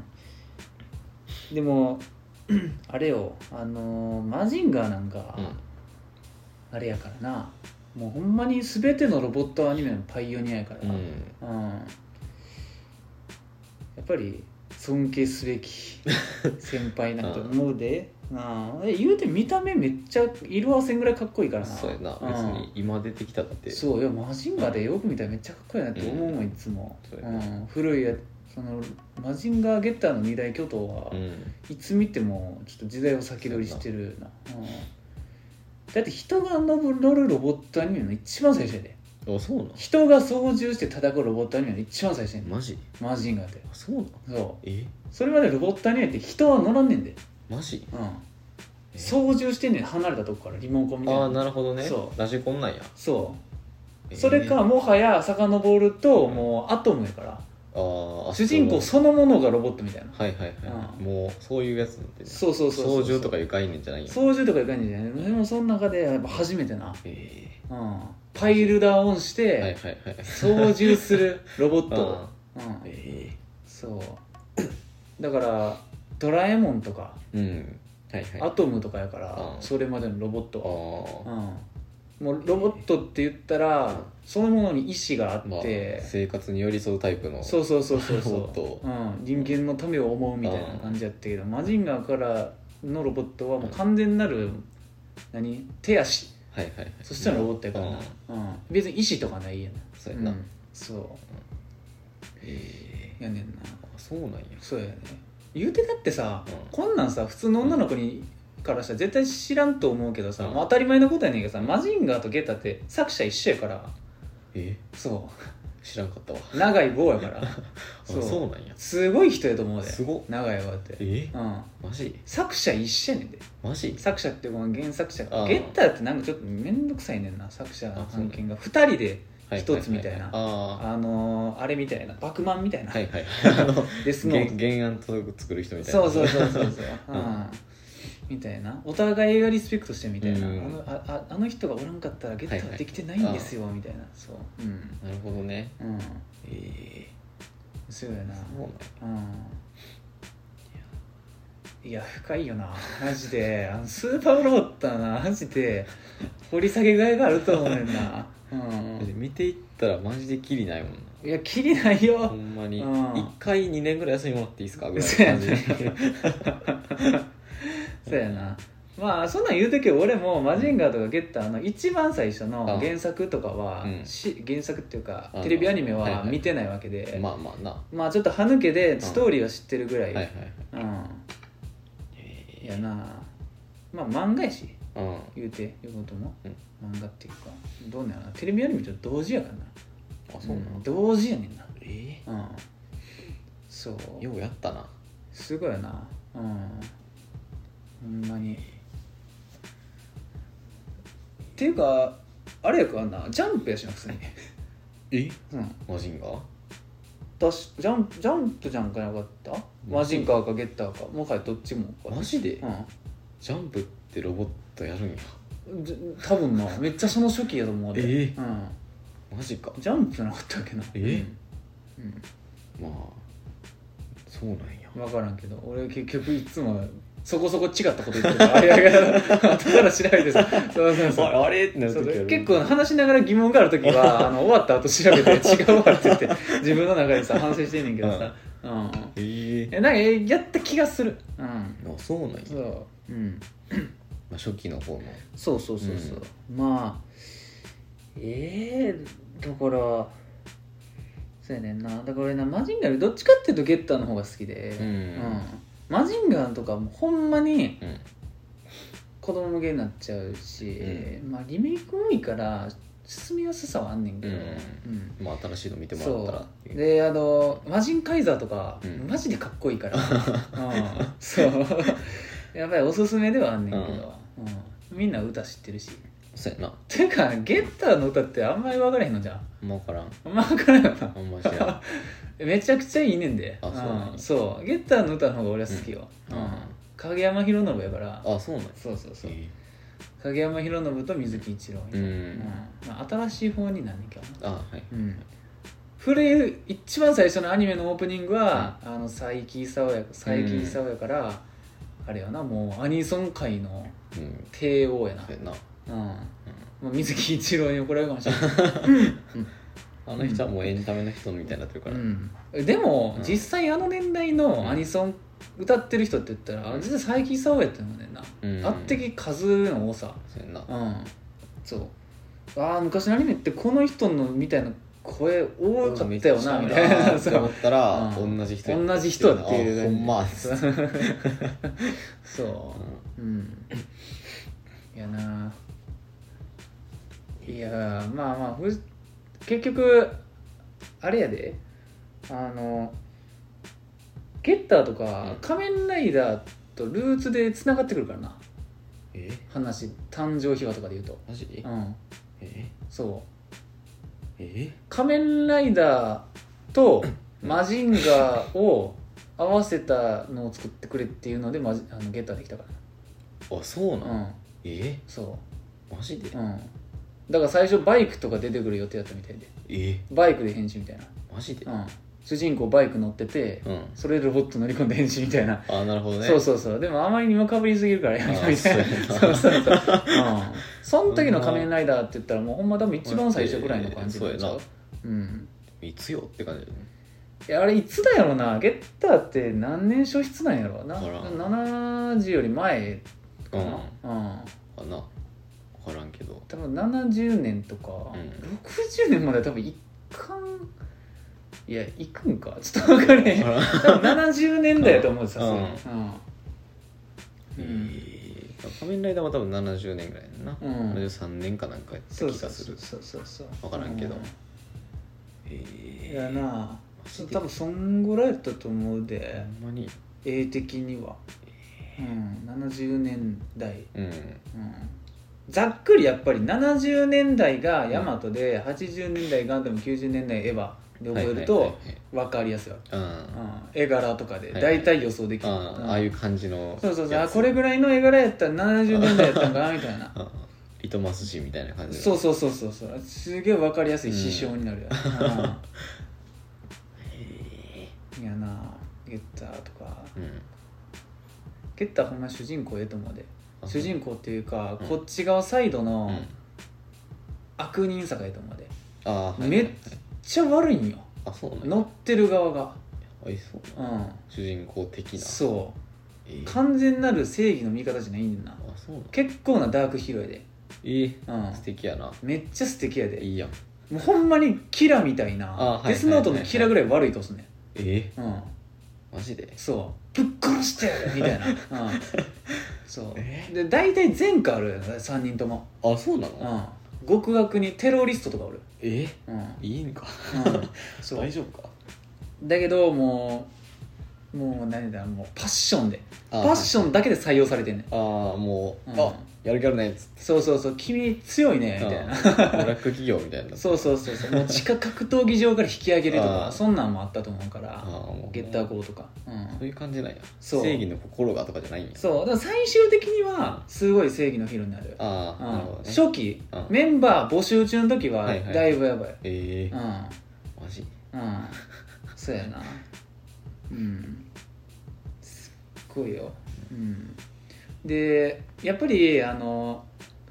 A: うんでも あれよあのーマジンガーなんか、
B: うん
A: あれやからなもうほんまに全てのロボットアニメのパイオニアやから
B: う
A: な、
B: ん
A: うんやっぱり尊敬すべ き先輩なんて思うで、なあえ言うて見た目めっちゃ色あせんぐらいかっこいいからな
B: そうやな別
A: ん
B: に今出てきたって
A: そういやマジンガーでよく見たらめっちゃかっこいいなって思うもん、
B: うん
A: いつも、
B: そう
A: う、
B: やなん
A: 古いやそのマジンガーゲッターの二大巨頭は、
B: うん
A: いつ見てもちょっと時代を先取りしてるな、うん、だって人が乗るロボットアニメの一番最初やで
B: あそうなの
A: 人が操縦して叩くロボットアニメの一番最初やねん
B: マジ
A: マジンガーって
B: あそうなの
A: そう
B: え
A: それまでロボットアニメって人は乗らんねんで、
B: マジ
A: うん、
B: え
A: 操縦してんねん離れたとこからリモコンみたい
B: あ
A: な
B: あなるほどね
A: そう
B: ラジコンなんや
A: そ
B: え
A: う
B: ー
A: それかもはや遡ると
B: うん
A: もうアトムやから
B: あーあ
A: 主人公
B: そう
A: そのものがロボットみたいな
B: はいはいは
A: う
B: い
A: ん
B: もうそういうやつなんてね
A: そうそうそうそう
B: 操縦とかいう概念じゃないよ
A: 操縦とかいう感じじゃないでもその中でやっぱ初めてな、
B: え
A: うん、パイルダーオンし
B: えはい
A: て
B: はいはい
A: 操縦するロボット、うん
B: え
A: そうだからドラえもんとか
B: えうんはいは
A: ア
B: い
A: トムとかやから、
B: うん
A: それまでのロボットは
B: あ
A: うん、もうロボットって言ったらそのものに意志があっ
B: あまあ
A: て、
B: 生活に寄り添うタイプの
A: そうそうそうそう
B: ロボッ
A: そ
B: ト
A: う、うん、人間のためを思うみたいな感じやったけど、マジンガーからのロボットはもう完全なる、何手足
B: はいはいはい
A: そしたらロボットやからな
B: あー、
A: うん別に意志とかないやな
B: そうやな
A: うんそ
B: え
A: うやねんな
B: えあそうなんや
A: そうやね言うてだってさ、
B: うん
A: こんなんさ普通の女の子にからしたら絶対知らんと思うけどさ、
B: うん
A: まあ当たり前のことやねんけどさマジンガーとゲタって作者一緒やから
B: え
A: そ
B: 知らんかったわ あ
A: う長い棒やから
B: そう
A: そう
B: なんや
A: すごい人やと思うです
B: ごっ
A: 長い棒って、
B: え
A: うん、
B: マジ
A: 作者一緒やねんで
B: マジ
A: 作者ってこの原作者
B: あー
A: ゲッターってなんかちょっと面倒くさいねんな作者の案件が2人で
B: はい
A: 一つみたいな
B: あ
A: あのー、あれみたいなバクマンみたい
B: あ
A: な、
B: はい はいあ の
A: デスノ
B: 原
A: ート
B: 原案と作る人みたいな
A: そうそうそうそう そう、う
B: うん
A: ん、みたいなお互いがリスペクトしてみたいな、
B: うん
A: あのあああの人がおらんかったらゲッターはできてないんですよ、みたいなそううん
B: なるほどね
A: うん
B: え
A: そうやな
B: えそうなんや
A: うんいや深いよなマジであのスーパーロボットはなマジで掘り下げがいがあると思うねんなうん
B: 見ていったらマジでキリないもんない
A: やきりない
B: ほ
A: よ
B: んまに
A: う
B: 一
A: ん
B: 回2年ぐらい休みもらってい いですかぐらい
A: そうや
B: の感
A: ね
B: じ
A: そうやなまあそんなん言う時俺もマジンガーとかゲッターの一番最初の原作とかは、
B: うん
A: し原作っていうか
B: うん
A: テレビアニメ
B: はい
A: は
B: はい
A: 見てないわけで、ま
B: まあまあなは
A: あ、ちょっと歯抜けでストーリーは知ってるぐらい、
B: いはいはい
A: うんやなまあ漫画やし
B: うん
A: 言うて言うことも、
B: うん
A: 漫画っていうかどうなんやろなテレビアニメと同時やからな
B: あそうな
A: うん
B: の
A: 同時やねんな
B: え
A: うんそう
B: えようやったな
A: すごいよなうんほんまにっていうかあれやからなジャンプやしな普通 に
B: え
A: うん
B: マジンガー
A: だしジャンジャンプじゃんかなかったマジンカーかゲッターかもはやどっちもか
B: マジで
A: うん
B: ジャンプってロボットやるんや
A: じ多分なめっちゃその初期やと思うで、
B: ええ
A: うん、
B: マジか
A: ジャンプじゃなかったっけな
B: え
A: うん、
B: まあそうなんや
A: 分からんけど俺結局いつもそこそこ違ったこと言ってるからあれやから後から調べてさそうそうそう
B: ああれってなる
A: そ
B: 時あ
A: う
B: る
A: 結構話しながら疑問がある時はあの終わった後調べて違うわって言って自分の中でさ反省してんねんけどさ、うん
B: ええ
A: えなんかえやった気がする、うん
B: あそうなんや
A: そううん、
B: まあ初期の方の
A: そうそうそうそう、まあええだからそうやねんなだから俺なマジンガーよりどっちかっていうとゲッターの方が好きで、
B: ん
A: うんマジンガーとかもほんまに
B: うん
A: 子供向けになっちゃうし、まあリメイク多いから進みやすさはあんねんけど、
B: うん
A: うん
B: まあ新しいの見てもらったら
A: そ
B: っていう
A: うであのマジンカイザーとか、
B: うん
A: マジでかっこいいから うんそう やっぱりおすすめではあんねんけど、うんみんな歌知ってるし
B: そうやな
A: ていうかゲッターの歌ってあんまり分からへんのじゃん
B: あんま分からん
A: あんま分からんよな
B: あんま知らん
A: めちゃくちゃいいねんで
B: あそうなんや
A: んそうゲッターの歌の方が俺は好きよ、
B: うん
A: うん影山博信やから
B: あそうなんや
A: そうそうそう
B: え
A: 影山博信と水木一郎
B: えう
A: うん
B: ん
A: まあ、新しい方になんねんけどな
B: あはい
A: うん古い一番最初のアニメのオープニングは、あの佐伯勲や佐伯勲やから、あれよなもうアニソン界の
B: うん
A: 帝王やな
B: そうやな
A: うん、もう水木一郎に怒られるかもしれない
B: あの人はもうエンタメの人みたいになってるから
A: うん、でも、
B: うん
A: 実際あの年代のアニソン歌ってる人って言ったら、
B: うん
A: 実は佐伯勲やったのねんな、
B: う
A: あ
B: ん
A: ってき数の多さ
B: そうやな
A: うんそうああ昔のアニメってこの人のみたいな声多かったよなみたいな
B: って
A: そう
B: 思ったら
A: うん
B: 同じ人
A: 同じ人っていう
B: あほんま
A: そうううんいやないやーまあまあふ結局あれやであのゲッターとか
B: うん
A: 仮面ライダーとルーツでつながってくるからな
B: え
A: 話誕生秘話とかで言うと
B: マジ
A: うん
B: え
A: そう
B: え
A: 仮面ライダー とマジンガーを合わせたのを作ってくれっていうのでマジあのゲッターできたか
B: あそう
A: ら
B: な
A: うんん
B: え
A: そ
B: マジで
A: ううんだから最初バイクとか出てくる予定だったみたいで
B: え
A: バイクで変身みたい
B: マジで
A: な、うん、主人公バイク乗ってて
B: うん
A: それでロボット乗り込んで変身みたいな、
B: あなるほどね
A: そうそうそうでもあまりにもかぶりすぎるからやめたみたいな
B: あ
A: そうそうそううんその時の仮面ライダーって言ったらもうほんま多分一番最初ぐらいの感じなんちゃ
B: そううや
A: うん
B: いつよって感じだよね
A: いやあれいつだよなゲッターって何年消失なんやろな
B: わからん
A: 70より前かなうん、
B: かな分からん けど
A: 多分70年とか、
B: ん
A: 60年までは多分一貫いや行くんかちょっと分かれへん
B: わからん
A: 多分70年代やと思うさすがに
B: う
A: う
B: ん
A: ん、
B: えー仮面ライダーは多分70年ぐらいやんな、
A: うん
B: 73年かなんかやった
A: そう
B: 気
A: そ
B: が
A: う
B: す
A: そう
B: る
A: そうそうそう
B: わからんけど
A: うん
B: え
A: い
B: え
A: やな
B: マジで
A: 多分そんぐらいやったと思うで
B: ほんまに
A: 絵的には、うん、70年代
B: うん
A: ざっくりやっぱり70年代がヤマトで、80年代ガンダム90年代エヴァで覚える
B: はい
A: と
B: はいはい
A: 分かりやすいわけ、
B: うん
A: うん、絵柄とかで
B: はい
A: 大体予想できる、
B: あ
A: うん
B: ああいう感じの
A: そうそうそう
B: や
A: あ
B: つ
A: これぐらいの絵柄やったら70年代やったんか なみたいな
B: うんリトマス紙みたいな感じの
A: そうそうそうそうそうすげえ分かりやすい指標になるやん、うんいやなゲッターとか
B: うん
A: ゲッターほんま主人公ええと思うで
B: あ
A: 主人公っていうか、
B: うん
A: こっち側サイドの、
B: うん
A: 悪人さかいとまで
B: ああ
A: めっちゃ悪いんよ
B: あそうなんだ
A: 乗ってる側が
B: あいそう
A: う
B: 主人公的
A: ん
B: な
A: そ
B: ええ
A: う完全なる正義の味方じゃないねんな
B: あそうなん
A: 結構なダークヒーローやで
B: ええ
A: うん
B: 素敵やな
A: めっちゃ素敵やで
B: いいやん
A: もうほんまにキラみたい
B: あ
A: な
B: はい
A: デスノートのキラぐらい悪いとすね
B: ええ
A: うん
B: マジで
A: そうぶっ殺してやるみたいな うん
B: え
A: そうで大体前科あるよね3人とも
B: あそうな
A: う
B: の
A: ん極悪にテロリストとかおる
B: ええ
A: うん、うん、
B: いいんか
A: そう
B: 大丈夫か
A: だけどもうもう何だもうパッションで
B: あ
A: パ
B: ー
A: ッションだけで採用されてんねん
B: ああもう、
A: うん
B: あやる気あるねっつって
A: そうそうそう君強いねみたいな
B: うんブラック企業みたいな
A: そうそうそうそうもう地下格闘技場から引き上げると
B: あー
A: かそんなんもあったと思うか
B: あ
A: ら
B: あもう
A: ゲッター号とか、う、
B: そうんいう感じなんや
A: そう
B: 正義の心がとかじゃないんや
A: そうだから最終的にはすごい正義のヒーローになる
B: ああ、なるほど
A: うん
B: ね
A: 初期
B: うん
A: メンバー募集中の時は
B: はいはい
A: だいぶやばい、
B: え
A: う
B: え
A: ん
B: マジ
A: うんそうやなうんすっごいようんでやっぱりあの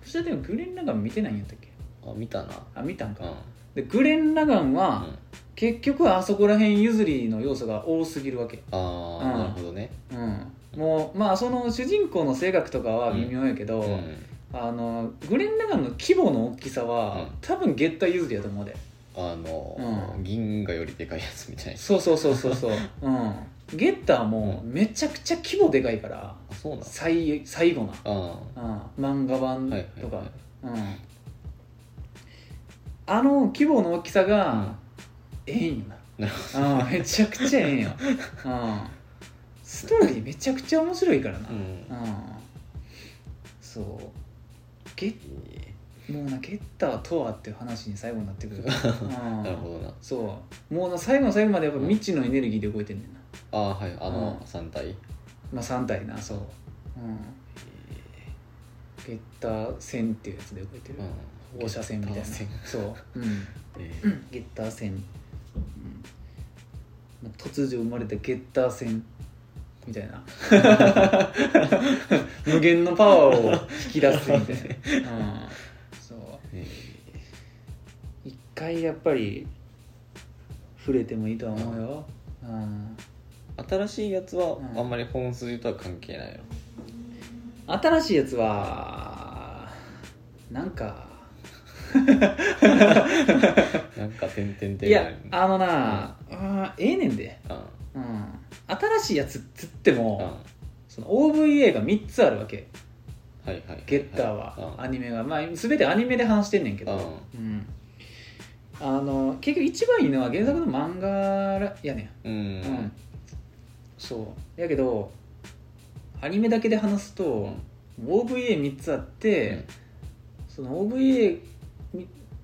A: それでもグレン・ラガン見てないんやったっけ
B: あ見たな
A: あ見たんか、
B: うん
A: でグレン・ラガン
B: う
A: は、
B: ん
A: 結局はあそこら辺譲りの要素が多すぎるわけ
B: ああ、
A: うん
B: なるほどね
A: うんもうまあその主人公の性格とかは微妙やけど、
B: うん
A: あのグレン・ラガンの規模の大きさは、
B: うん
A: 多分ゲッター譲りやと思うで
B: あの、
A: うん
B: 銀河よりでかいやつ みたいな
A: そうそうそうそう そう、うん、ゲッターもめちゃくちゃ規模でかいから
B: あそうなん
A: 最最後
B: あ
A: な、うん、漫画版
B: あはい
A: とか、
B: はいはい
A: うん、あの規模の大きさが、ええんよ
B: なる
A: な、うん、めちゃくちゃええん よ、うん、ストーリーめちゃくちゃ面白いからな、
B: う
A: うん
B: ん
A: そうゲもうなゲッターとはっていう話に最後になって くる、うん
B: なるほどな
A: そうもうな最後の最後までやっぱ未知のエネルギーで動いてんねんな、
B: ああはいあの、
A: うん
B: 三体
A: まあ3体なそう、うん、ゲッター線っていうやつで動いてる、放射線みたいな
B: 放射線
A: そう、うん、
B: え
A: ゲッター線、うんまあ突如生まれたゲッター線みたい な無限のパワーを引き出すみたいな、 うん、そう
B: ええ
A: 一回やっぱり触れてもいいとは思うよ、うん、
B: え新しいやつは
A: うん
B: あんまり本筋とは関係ないの、
A: 新しいやつはなんか
B: なんか点々点
A: いやあのな、あーええねんで、
B: うんうん
A: うん、新しいやつっつっても、その OVA が3つあるわけ
B: はいはいはい
A: ゲッターは、アニメが、まあ、全てアニメで話してんねんけ
B: うん
A: ど、うん、あの結局一番いいのは原作の漫画らやね、
B: うんん、
A: うん、そうやけどアニメだけで話す
B: う
A: と
B: ん、
A: OVA3 つあって、その OVA3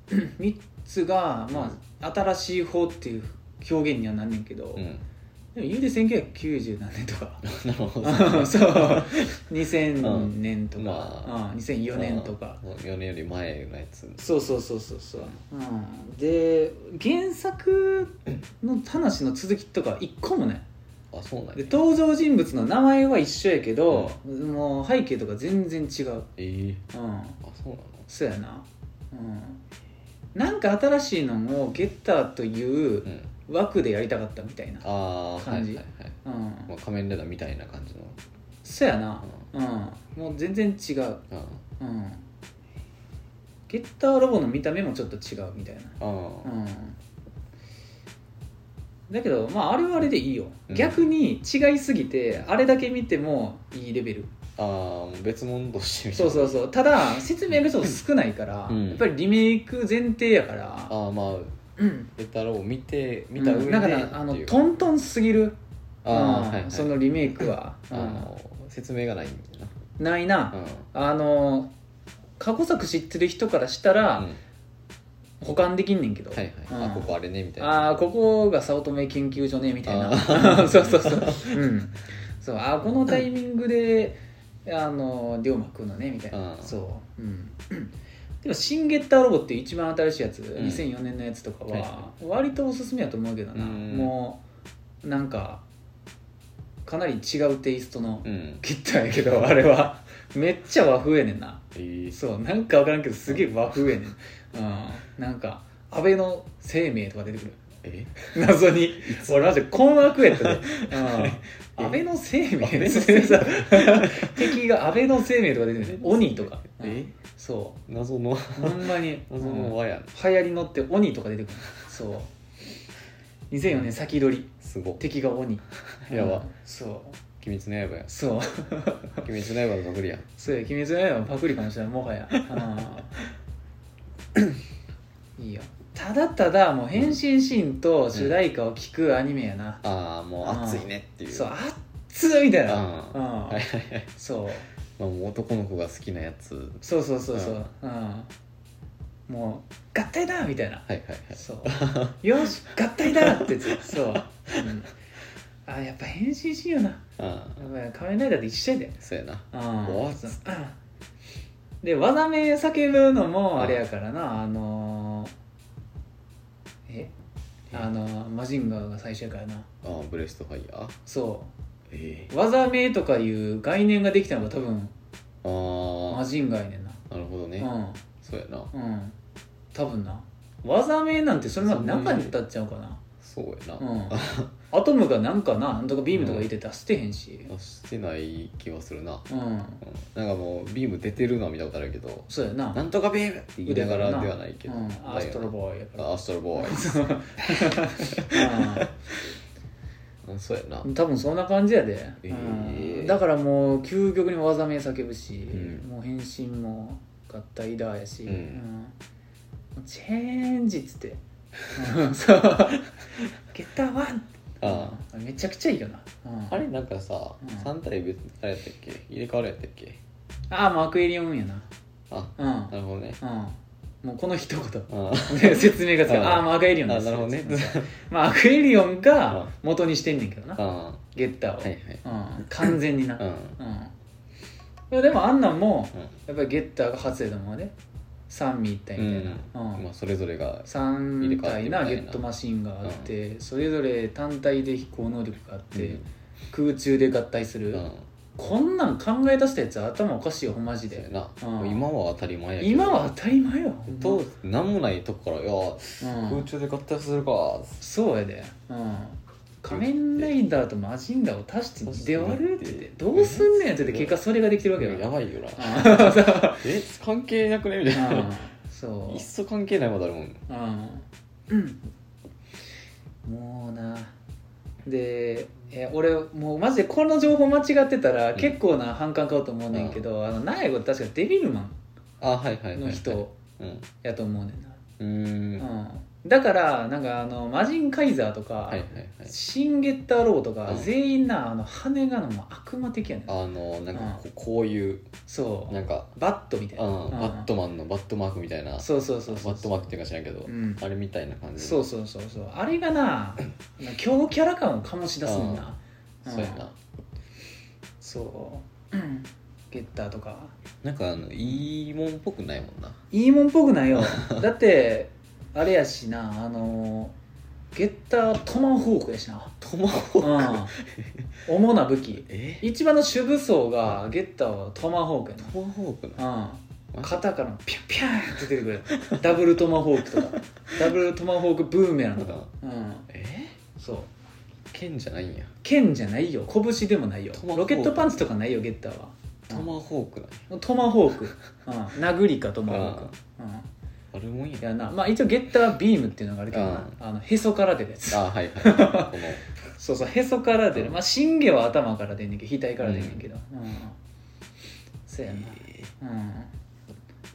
A: つが、まあ、新しい方っていう表現にはなんねんけど、
B: うん
A: でも言うて1990何年とか
B: なるほ ど
A: そう2000年とか、
B: うんまあ
A: うん、2004年とか、
B: 4年より前のやつ
A: そうそうそうそうそう、うん、で原作の話の続きとか一個もない
B: あそうなん
A: で
B: や
A: 登場人物の名前は一緒やけど、もう背景とか全然違う
B: ええ
A: うん
B: あそうなの
A: そうやなうんなんか新しいのもゲッターという
B: うん
A: 枠でやりたかったみたいな
B: ああはいは
A: 感
B: い
A: じ
B: はい、
A: うん
B: まあ、仮面ライダーみたいな感じの
A: そうやなうんもう全然違う
B: うん
A: うんゲッターロボの見た目もちょっと違うみたいなう
B: ああ
A: んだけどまああれはあれでいいよ、
B: うん
A: 逆に違いすぎてあれだけ見てもいいレベル
B: ああもう別物としてみたい
A: そう
B: な
A: そうそうただ説明がちょっと少ないから、
B: うん
A: やっぱりリメイク前提やから、
B: ああまあ
A: うん、
B: レタロを見て見た上で、
A: うんだからあの
B: っていう
A: トントンすぎる
B: あ
A: うん
B: あはいはい
A: そのリメイクは、
B: あの説明がないんだよ
A: うんないな、
B: な
A: あの過去作知ってる人からしたら、
B: うんうん
A: 保管できんねんけど、
B: はいはい、
A: うん
B: あここあれねみたい
A: あ
B: な
A: あここが早乙女研究所ねみたい
B: あ
A: な そうそう そううんそうあーこのタイミングであの龍馬くんのねみたいな
B: うん
A: そううん でも「シン・ゲッターロボ」っていう一番新しいやつ、
B: ん
A: 2004年のやつとか
B: はい
A: は
B: は
A: 割とおすすめやと思うけどな、
B: うん
A: もうなんかかなり違うテイストの
B: うん
A: 切ったんやけど あれはめっちゃ和風やねんな
B: えー
A: そうなんか分からんけどすげえ和風やねん、うん、なんか安倍の生命とか出てくる
B: え
A: 謎に俺マジで困惑やった で、うん、
B: え
A: 安倍の生命
B: 安倍の生命
A: さ 敵が安倍の生命とか出てくる鬼とか、うん
B: え
A: そ
B: 謎の
A: うほんまに、 うん
B: 謎の
A: 流
B: 和やん
A: 行りのって鬼とか出てくるそう2004年先取り
B: すごっ
A: 敵が鬼
B: やば
A: うんそう
B: 鬼滅の刃や
A: そう
B: 鬼滅の刃のパクリやん
A: そうや、鬼滅の刃はパクリかもしれない、もはや。 うんいいよ。ただただ、もう変身シーンと主題歌を聞くアニメやな。
B: ああもう熱いねっていう
A: そう、
B: は
A: 熱っみたいな。う
B: う
A: ん
B: いはいはい
A: そう
B: まあもう男の子が好きなやつ
A: そうそうそうそう。うんもう、合体だみたいな。
B: はいはいはい
A: そう。よし、合体だってやつ。そう。うんあ、やっぱ変身シーンよな。
B: ああ
A: やっぱ仮面ライダーって一緒やで。
B: そうやな
A: うん
B: おっつ
A: で技名叫ぶのもあれやからなあのー、えあのー、マジンガーが最初やからな
B: ああブレストファイヤー
A: そ
B: ええ
A: う技名とかいう概念ができたのが多分
B: あ
A: マジンガーやねんな
B: あなるほどねそうやな
A: うんうん多分な技名なんてそれまで中に立っちゃうかな
B: そうやな、
A: うんアトムがなんかななんとかビームとか言って出してへんし
B: 出してない気はするな、うん
A: うん
B: なんかもうビーム出てるのは見たことあるけど
A: そうやな
B: なんとかビームって言いながらではないけど、
A: うん、アストロ
B: ボ
A: ボーイやから
B: ーイアストロボーイ
A: そう
B: うんそうやな
A: うん多分そんな感じやで、
B: え
A: う
B: ー
A: んだからもう究極に技名叫ぶし、
B: うん
A: もう変身も合体だやし、
B: うん
A: うんチェンジっつって、うん そうゲッターワン
B: あ
A: うんめちゃくちゃいいよな、うん
B: ああれなんかさ、
A: うん
B: 三3体別あれやったっけ入れ替わるやったっけ
A: ああもうアクエリオンやな
B: あ
A: うん、うん
B: なるほどね
A: もうこの一言
B: あ
A: で説明がつか
B: うん
A: ああーもうアクエリオン
B: あ
A: で
B: あ
A: す
B: なるほどね
A: まあアクエリオンが元にしてんねんけどな
B: あ
A: ゲッターを、
B: あはいはい
A: うん、完全にな、
B: うん
A: うん、でもあんなんもやっぱりゲッターが初やと思うね三位一体
B: う
A: みたい
B: ん、
A: な、うん
B: まあそれぞれが入れ
A: 3
B: 替わっ
A: 体
B: てみたい
A: な
B: な
A: ゲットマシンがあって、それぞれ単体で飛行能力があって、
B: うん
A: 空中で合体する、
B: うん
A: こんなん考え出したやつ頭おかしいよマジ
B: そうや
A: で
B: な、
A: うん
B: 今は当たり前やけど
A: 今は当たり前よ
B: 当時何もないとこから「いや
A: うん
B: 空中で合体するか」
A: そうやで、うん、仮面ライダーとマジンガーを足してで割るって言ってどうすんねんって言って結果それができてるわけよ
B: やばいよな
A: うんそう
B: え関係なくねみたいな
A: うん そ
B: いっそ関係ないまであるもん
A: う、うんうん、もうなでえ俺もうマジでこの情報間違ってたら
B: ん
A: 結構な反感買うと思うねんけど、あのナエゴって確かデビルマ
B: あはいはいはい
A: ン
B: は
A: の
B: い
A: 人
B: うん
A: やと思うねんな、
B: うーんは
A: うん、だからなんかあのマジンカイザーとか、
B: いはいはい
A: シン・ゲッター・ローとか、
B: うん
A: 全員なあの羽がのもう悪魔的やねん
B: あのなんかここういう
A: そ
B: なんか
A: うバットみたいな、
B: うん
A: うん
B: バットマンのバットマークみたいな
A: そうそうそうそう
B: バットマークっていうか知らんけど
A: うん、
B: あれみたいな感じ
A: そうそうそうそうあれが な強キャラ感を醸し出すんだ
B: うそうやな
A: そう、うん、ゲッターとか
B: なんかあのいいもんっぽくないもんない
A: いもんっぽく ないよだってあれやしなあのゲッタートマホークやしな
B: トマホーク
A: うん、主な武器
B: え
A: 一番の主武装がゲッターはトマホークや
B: トマホークな
A: なうん肩からピャッピャーって出てくるダブルトマホークとかダブルトマホークブーメランとかうん
B: え
A: そう
B: 剣じゃないんや
A: 剣じゃないよ拳でもないよ
B: トマホーク
A: ロケットパンチとかないよゲッターは
B: トマホークなんや
A: うんトマホーク、うん、殴りかトマホークう
B: あるもんや
A: ん、やなまあ一応ゲッタービームっていうのがあるけどなあのへそから出るやつ
B: あ はいはいこの
A: そうそうへそから出るまあ信玄は頭から出んねんけど額から出んねんけどうん、そうやな
B: え
A: うん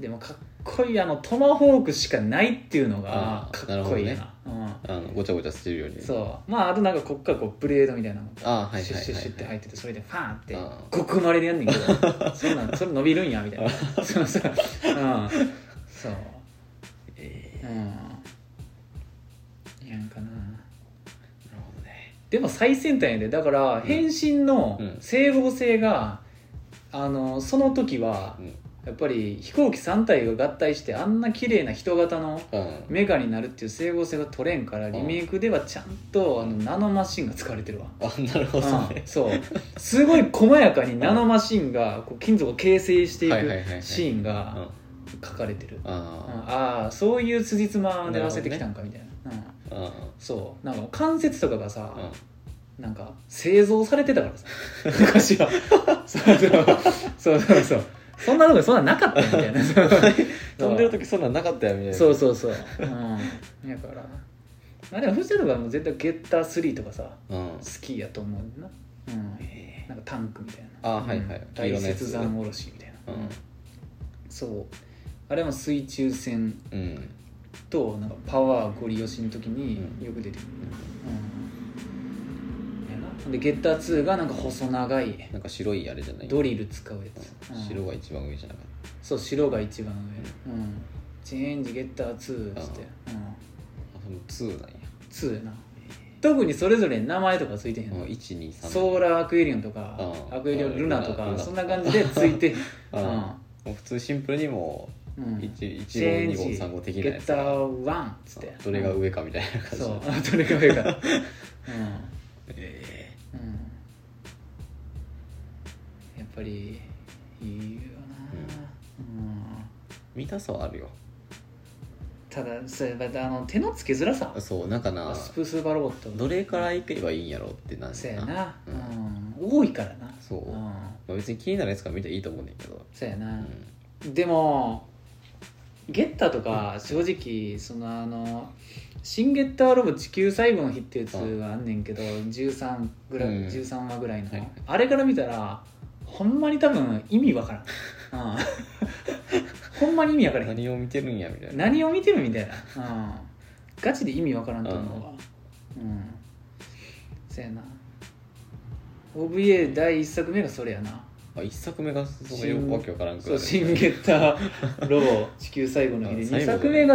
A: でもかっこいいあのトマホークしかないっていうのが
B: あー
A: かっこいいな
B: な
A: うん
B: ーあのごちゃごちゃしてるように
A: そうまああとなんかこっからこうブレードみたいなのが
B: あはいはいはいはい
A: シュッシュッシュッって入っててそれでファーンって
B: うん
A: 極生まれでやんねんけどそんなんそれ伸びるんやみたいなそうそううんそう
B: え
A: うんやんかな
B: ーなるほどね
A: でも最先端やでだから変身の
B: うん
A: 整合性が、あのその時は
B: うん
A: やっぱり飛行機3体が合体してあんな綺麗な人型の
B: うん
A: メカになるっていう整合性が取れんからリメイクではちゃんとあのナノマシンが使われてるわ
B: あなるほどね
A: うんそうすごい細やかにナノマシンがこう金属を形成してい
B: はいはいはいは
A: く
B: い
A: シーン
B: うん
A: が書かれてる、うん
B: あ
A: ああそういう辻褄で合わせてきたんかみたいなうん、
B: ーあ
A: そうなんか関節とかがさ、
B: ーうん
A: なんか製造されてたからさ昔はそうそうそうそうそうそんなとこそんななかったよみたいなそう
B: 飛んでる時そんなんなかったよみたいな
A: そうそうそう、うん、やからあれは藤田とかもう絶対ゲッター3とかさ
B: うん
A: 好きやと思うな、うん、
B: え
A: なんかタンクみたいな
B: あはいはい
A: うん
B: 黄色
A: 大
B: のやつ
A: 雪山おろしみたいな、
B: うん
A: そうあれも水中戦
B: ーうん
A: となんかパワーゴリ押しの時に
B: うん
A: よく出てくる、うんやなでゲッター2がなんか細長い
B: なんか白いあれじゃない
A: ドリル使うやつ、
B: うん
A: うん
B: 白が一番上じゃなかっ
A: そう白が一番上、うん、チェンジゲッター2っつって、うん、
B: たあその2なんや
A: 2やな特にそれぞれに名前とかついてへんの、
B: 123
A: ソーラーアクエリオンとか、
B: うん
A: アクエリオンルナとか、
B: うん
A: そんな感じでついて、う
B: うん
A: ん
B: もう普通シンプルにも
A: う、
B: うん1号
A: チェンジ
B: 2号3号的な
A: ゲ
B: や
A: ッ
B: つ
A: ター1っつ って
B: どれが上かみたいな感じ
A: そうあどれが 上か
B: え
A: うん、うん、やっぱりいいよな、うん、
B: ー見たさはあるよ
A: ただそうやっぱあの手のつけづらさ
B: そうなんかな
A: スプースーパーロボット
B: どれから行けばいいんやろうってなん
A: そう
B: だ
A: や
B: よ
A: な、う
B: うんんま
A: 多いからな、
B: そうんあ、別に気になるやつから見たらいいと思うねんだけど、
A: そうや
B: う
A: な、
B: ん、
A: でもゲッターとか正直そのあの新ゲッターロボ地球最後の日ってやつはあんねんけど13ぐらい、
B: うん
A: 13話ぐらいの、
B: はい
A: あれから見たらほんまに多分意味わから ん、うんほんまに意味わからへん
B: 何を見てるんやみたいな
A: 何を見てるみたい な、うん、ガチで意味わからんと思うわうんそやな OVA 第1作目がそれやな
B: あ一作目がそ
A: 新
B: のよくわけわからんく
A: そ
B: ら
A: う「
B: い
A: 新ゲッターロボ地球最後の日」で
B: あ最
A: 2
B: 後だ
A: 作目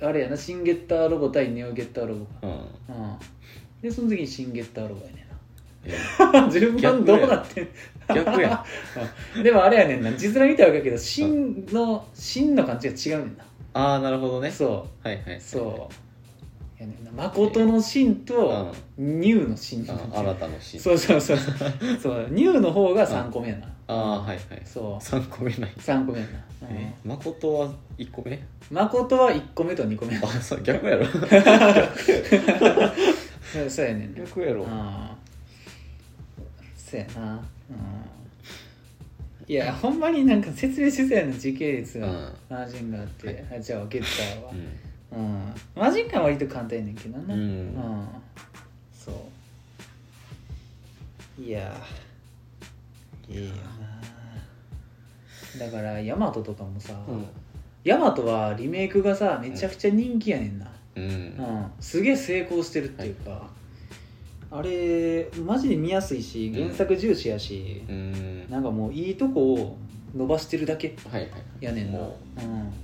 A: があれやな「新ゲッターロボ対ネオゲッターロボ
B: うん」
A: うんでその次に「新ゲッターロボ」や ねん
B: え
A: な順番どうなってん
B: 逆や
A: うんでもあれやねんな実面見たわけやけど「新」の「新」の感じが違うねんな
B: ああなるほどね
A: そ
B: はいは
A: う
B: い
A: そうやねんな誠の「新」と「ニュー」の「新」
B: あ新たなシーン
A: そうそうそうそうそうニューの方が3個目やな
B: ああはいはい
A: そう
B: 3個目ない
A: 3個目やなうん
B: え誠は1個目
A: 誠は1個目と2個目
B: あそう逆やろ
A: そうそうやねんな
B: 逆やろ
A: あそうやなうんいやほんまになんか説明しづらいの時系列
B: うん
A: が、マジンガーって、あじゃあゲッターは
B: う、ん
A: うん、マジンガーは割と簡単やねんけど
B: う
A: な、
B: ん
A: うんそういやーいいよなだからヤマトとかもさ、ヤマトはリメイクがさめちゃくちゃ人気やねんな、
B: うんうん
A: うん、すげえ成功してるっていうか、あれマジで見やすいし
B: うん
A: 原作重視やし、
B: うん
A: なんかもういいとこを伸ばしてるだけ
B: はいはい
A: やねんな、
B: も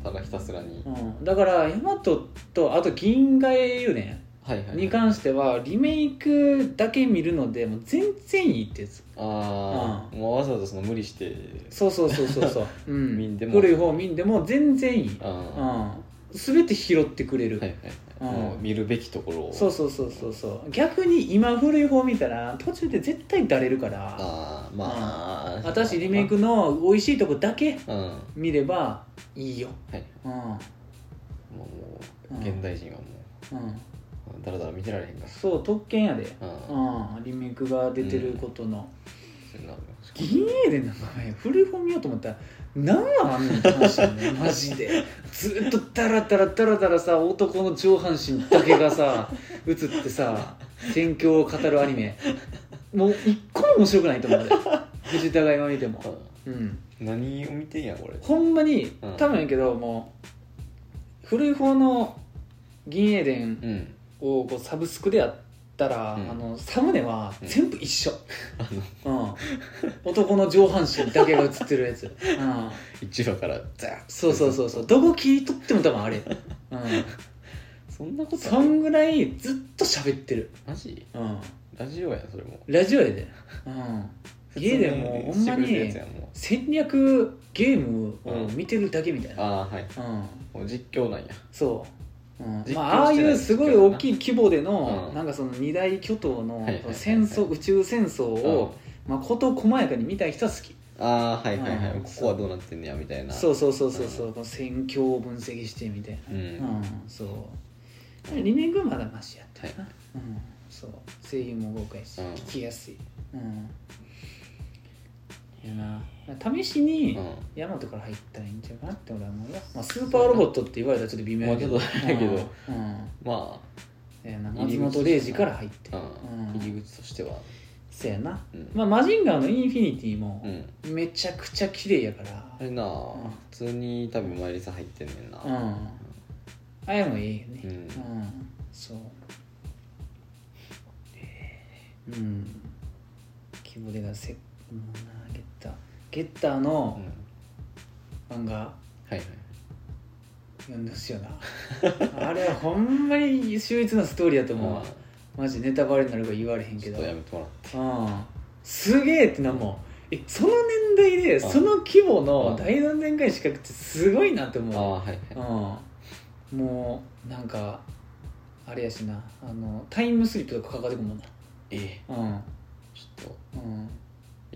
B: うただひたすらに
A: うんうん、だからヤマトとあと銀河英雄伝
B: はいはい
A: に関してはリメイクだけ見るのでもう全然いいってやつ
B: ああもうわざわざその無理して
A: そうそうそうそうそう、 うん、
B: 見んでも
A: 古い方見んでも全然いい、う
B: あ
A: ん、全て拾ってくれる、
B: あはいはい
A: うん
B: もう見るべきところを
A: そうそうそうそうそう逆に今古い方見たら途中で絶対だれるから
B: ああまあ
A: 私リメイクの美味しいとこだけ
B: うんは
A: 見ればいいよ
B: い
A: うん
B: もうも
A: うん
B: う現代人はも
A: うん
B: うだらだら見てられへんから
A: そう特権やで
B: うん
A: うんリメイクが出てることの、
B: そうなる
A: 銀英伝なんかね古い本見ようと思ったら何話あんねんって話やねマジでずっとダラダラダラダラさ男の上半身だけがさ映ってさ戦況を語るアニメもう一個も面白くないと思うで藤田が今見てもうん
B: 何を見てんやこれ
A: ほんまに
B: うん
A: 多分やけどもう古い方の銀英伝
B: うん
A: をこうサブスクでやったら、
B: うん
A: あのサムネは全部一 緒、うん、男の上半身だけが映ってるやつ、うん、
B: 一話からザーッ
A: そうそうそうそうどこ切り取っても多分あれ、う
B: そんなこ
A: ん、
B: と
A: そ
B: ある
A: んぐらいずっと喋ってる、
B: マジ
A: うん、
B: ラジオやそれも
A: ラジオやで、うん、家でもうほんまに
B: してくれたやつやんもう
A: 戦略ゲームを見てるだけみたいな、
B: ああはい
A: うん、
B: もう実況なんや
A: そう、うん
B: 実況して
A: ま
B: ない
A: あ、ああいうすごい大きい規模での、
B: うん
A: なんかその二大巨頭の
B: はいはいはい
A: 戦争宇宙戦争を、まあ、事細やかに見たい人は好き
B: ああはいはいはい、
A: うん
B: ここはどうなってんねやみたいな
A: そううそうそうそうそうこの戦況を分析してみたい
B: うん、
A: な、うんそう2年ぐらいまだマシやったよな、うん、そう声優も豪快やし、
B: うん
A: 聞きやすい、うん、いやな試しに、
B: うん
A: ヤマトから入ったらいいんちゃうかなって俺は思うよ、まあ、スーパーロボットって言われたらちょっと微妙やけど
B: まあちょっとあれやけど
A: うんうん
B: ま
A: せやな
B: 入
A: 松
B: り口
A: 本零士から入って
B: あ、
A: うん
B: うん、入り口としては
A: せやな、
B: うん、
A: まあ、マジンガーのインフィニティも
B: うん、
A: めちゃくちゃ綺麗やから
B: あれなあ、
A: ん
B: 普通に多分マイリサ入ってんねんな
A: うん、あれもいいよね
B: うん
A: うん、そううん希望でがせもうなゲッターゲッター
B: う
A: の
B: ん
A: 漫画
B: はいはい
A: 読んでほしいよな あれはほんまに秀逸なストーリーだと
B: で
A: 思う
B: も
A: わマジネタバレになるから言われへん
B: ち
A: け
B: ょっ
A: ど
B: とやめてもらっ
A: うんすげえってなもうえその年代でその規模
B: う
A: の
B: ん
A: 大断年会資格ってすごいなって
B: てあ
A: 思う
B: あはいはい
A: うんもうなんかあれやしなあのタイムスリップとかかかってくるもんな
B: ええ
A: うん
B: ちょっ
A: うん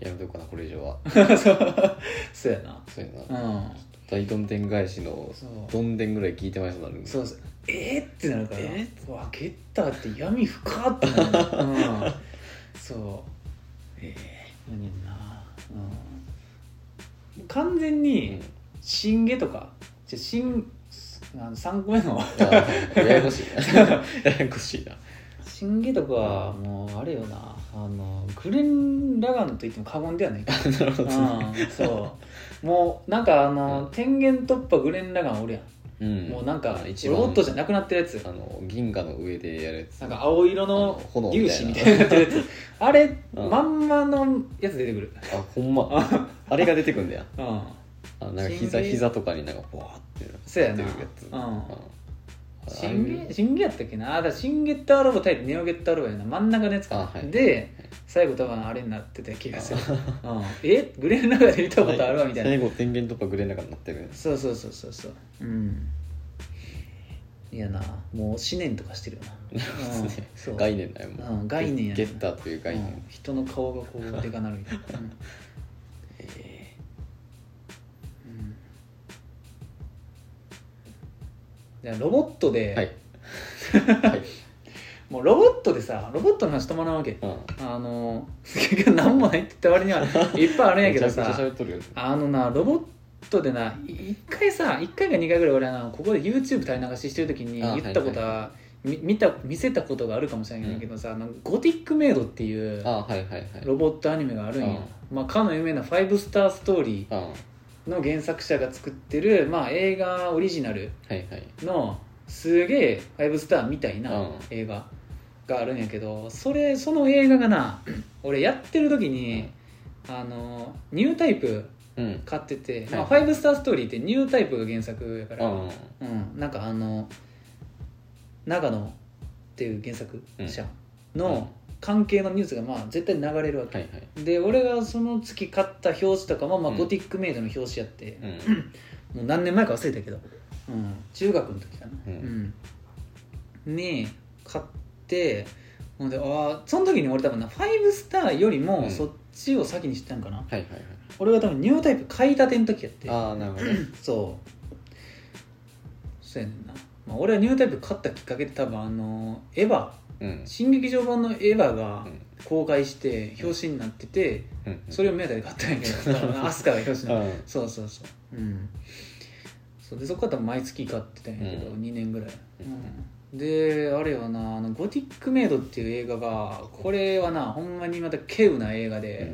B: とやめとこうかなこれ以 上は
A: そう そうやな
B: そういうの
A: うん
B: 大どんでん返しの
A: そう
B: どんでんぐらい聞いてまいそうになるんで
A: そうそうえー、ってなるから
B: え
A: うわゲッターって闇深ってなる、うん、そうええ何やんな、うん、完全
B: う
A: に
B: ん
A: 新ゲとかじゃ新あの3個目の
B: あーややこしい なややこしいな
A: 新ゲとかはもうあれよなあのグレン・ラガンと言っても過言ではないか
B: なるほどね
A: うんそうもうなんかあの、天元突破グレン・ラガンおるやん、
B: うん
A: もうなんか
B: あの一
A: ロ
B: 番
A: ボットじゃなくなってるやつ
B: あの銀河の上でやるやつ
A: なんか青色
B: あ
A: の
B: 炎
A: 粒子みたいになってるやつあれ、
B: うん
A: まんまのやつ出てくる
B: あほんま あれが出てくんだよ
A: うん
B: あなんか膝
A: 心霊
B: 膝とかになんかボワーって
A: そうや
B: 出
A: な
B: てくるやつ
A: うん
B: うん
A: シンゲシンゲやったっけなあだからシンゲッターロボ対ネオゲッターロボやな真ん中のやつかな、
B: あはい
A: で最後多分あれになってた気がする、うん、えグレーの中で見たことあるわみたいな
B: 最後天元突破グレーの中になってる
A: そうそうそうそうそううんいやなもう思念とかしてるよなうんそう
B: 概念だよも
A: うん概念やね
B: ゲゲッターという概
A: う
B: 念
A: ん人の顔がこうでかなるみたい な、うん
B: え
A: うんじゃあロボットで、
B: ーはいはい
A: もうロボットでさロボットの話止まらんわけ
B: うん
A: あの 結局何もないって言った割にはいっぱいあるんやけど
B: めちゃくちゃ
A: さ
B: 喋っとるよね
A: あのなロボットでない一回さ一回か二回ぐらい俺はなここで YouTube 垂れ流ししてる時に
B: あ
A: 言ったことは
B: はい
A: み見た見せたことがあるかもしれないけどさ、あのゴティックメイドっていう
B: あはいはいはい
A: ロボットアニメがあるんや、まあ、かの有名な「ファイブスターストーリー」
B: うんは
A: の原作者が作ってる、まあ、映画オリジナル
B: いはい
A: のすげえファイブスターみたいな
B: うん
A: 映画があるんやけどそれその映画がな俺やってる時に、あのニュータイプ
B: うん
A: 買ってて、
B: はい
A: まあ、ファイブスターストーリーってニュータイプが原作やか
B: う
A: ら、
B: ん
A: うん、なんかあの長野っていう原作者
B: うん
A: の関係のニュースがまあ絶対流れるわけ
B: はいはい
A: で俺がその月買った表紙とかも、まあ、
B: うん
A: ゴティックメイドの表紙やって、
B: うん
A: もう何年前か忘れたけど、うん、中学の時かな、
B: う
A: うんに買ってほんであーその時に俺多分なファイブスターより
B: う
A: も
B: ん
A: そっちを先に知ったんかな、
B: はいはいはい
A: 俺が多分ニュータイプ買いたての時やって
B: ああなるほどね
A: そうそうやねんな、まあ、俺はニュータイプ買ったきっかけで多分あのエヴァ
B: うん
A: 新劇場版のエヴァが
B: うん
A: 公開して表紙になってて、
B: うん
A: それを目当てで買ったんやけどあのアスカが表紙
B: う
A: の
B: ん
A: そうそうそううんそうでそこから多分毎月買ってたんやけど、
B: う
A: 2年ぐらい、うんであれはなあの「ゴティックメイド」っていう映画がこれはなほんまにまた稀有な映画で、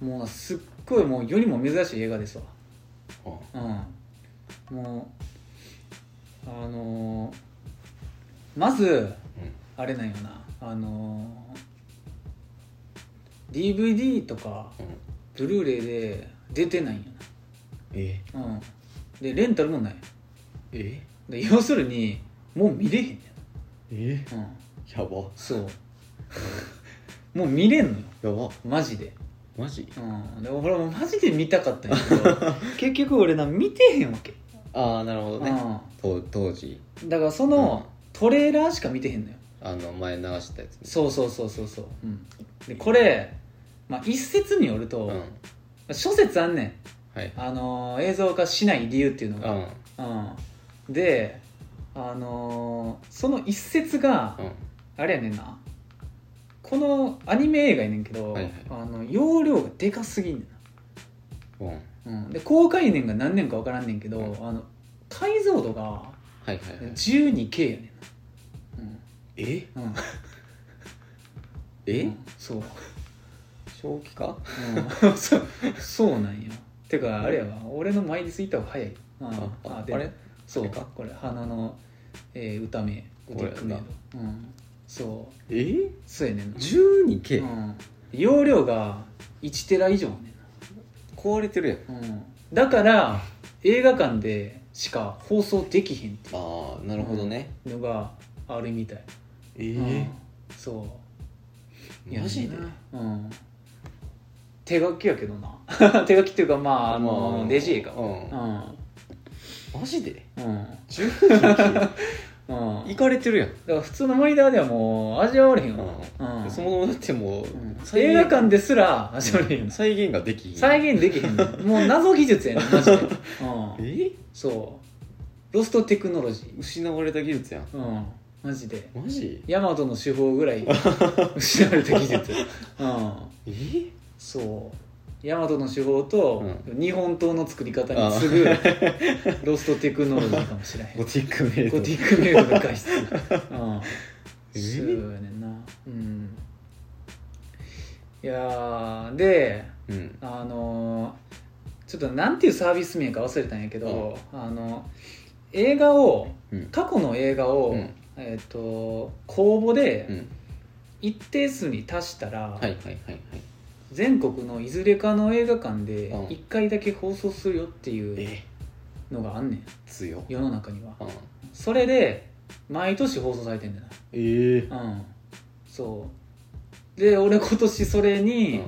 A: もうなすっごいもう世にも珍しい映画ですわ
B: うん
A: うんもうあのーまずあれなんよなあのー DVD とか
B: うん
A: ブルーレイで出てないんよ
B: え
A: なうんでレンタルもない
B: え
A: で要するにもう見れへんね
B: え
A: んうん
B: やば
A: そうもう見れんのよ
B: やば
A: マジで
B: マジ
A: うんでも俺もマジで見たかったんやけど 結局俺な見てへんわけ、
B: ああなるほどねと当時
A: うん、だからその、トレーラーしか見てへんのよ
B: あの前流したやつ
A: そうそうそうそうそう、うん、でこれ、まあ、一説によると、
B: うん
A: 諸説あんねん
B: はい
A: あのー映像化しない理由っていうの
B: う
A: が、
B: ん
A: うん、であのーその一説が、
B: うん
A: あれやねんなこのアニメ映画やねんけど、
B: はいはい
A: あの容量がでかすぎんねん
B: うんはい
A: な、うん、で公開年が何年か分からんねんけど、
B: うん
A: あの解像度が
B: はいはい
A: 12K やね
B: え
A: んな、うんうん、
B: え
A: そう、
B: 正気か
A: うん、そうそうなんよてかあれやわ俺のマイリス行った方が早い、うん、
B: ああ
A: で
B: あれ
A: そう
B: これか
A: これ花の、えー歌名
B: これ
A: 歌名うんそう
B: え
A: そうやねんな、う
B: 12K
A: ん、容量が1テラ以上やねんな
B: 壊れてるやん
A: うんだから映画館でしか放送できへんって
B: ああなるほどね
A: いうのがあるみたい、
B: え
A: うんそ
B: え
A: う
B: マジで
A: うん、手書きやけどな 手書きっていうかまああの、
B: まあ
A: レジ絵か
B: う
A: うんん
B: マジで
A: うん
B: 12K
A: うん
B: いかれてるやん
A: だから普通のモニターではもう味わわれへんわ、うん
B: そもそもだっても
A: う
B: う
A: ん
B: 再
A: 映
B: 現
A: 画館ですら味わわれへんわ
B: 再現ができひん
A: 再現できへんのもう謎技術やねんマジで、うん、
B: え
A: そうロストテクノロジー
B: 失われた技術やん
A: うんマジで
B: マジ
A: ヤマトの手法ぐらい失われた技術うん
B: え
A: そうヤマトの手法と、日本刀の作り方
B: あ
A: に
B: ー
A: 次ぐロストテクノロジーかもしれへん
B: ゴ
A: ゴ
B: ティックメイ
A: テ
B: ド
A: ィックメイドの画質うん
B: え
A: そうやねんなうんいやーで
B: うん
A: あのーちょっとなんていうサービス名か忘れたんやけど、あの映画を
B: うん
A: 過去の映画を、
B: うん
A: えっ、と公募
B: う
A: で
B: ん
A: 一定数に達したら、
B: はいはいはいはい
A: 全国のいずれかの映画館で
B: うん
A: 1回だけ放送するよっていう
B: え
A: のがあんねん
B: 強
A: 世の中には
B: うん
A: それで毎年放送されてんだよ
B: ええ
A: なうんそうで俺今年それに、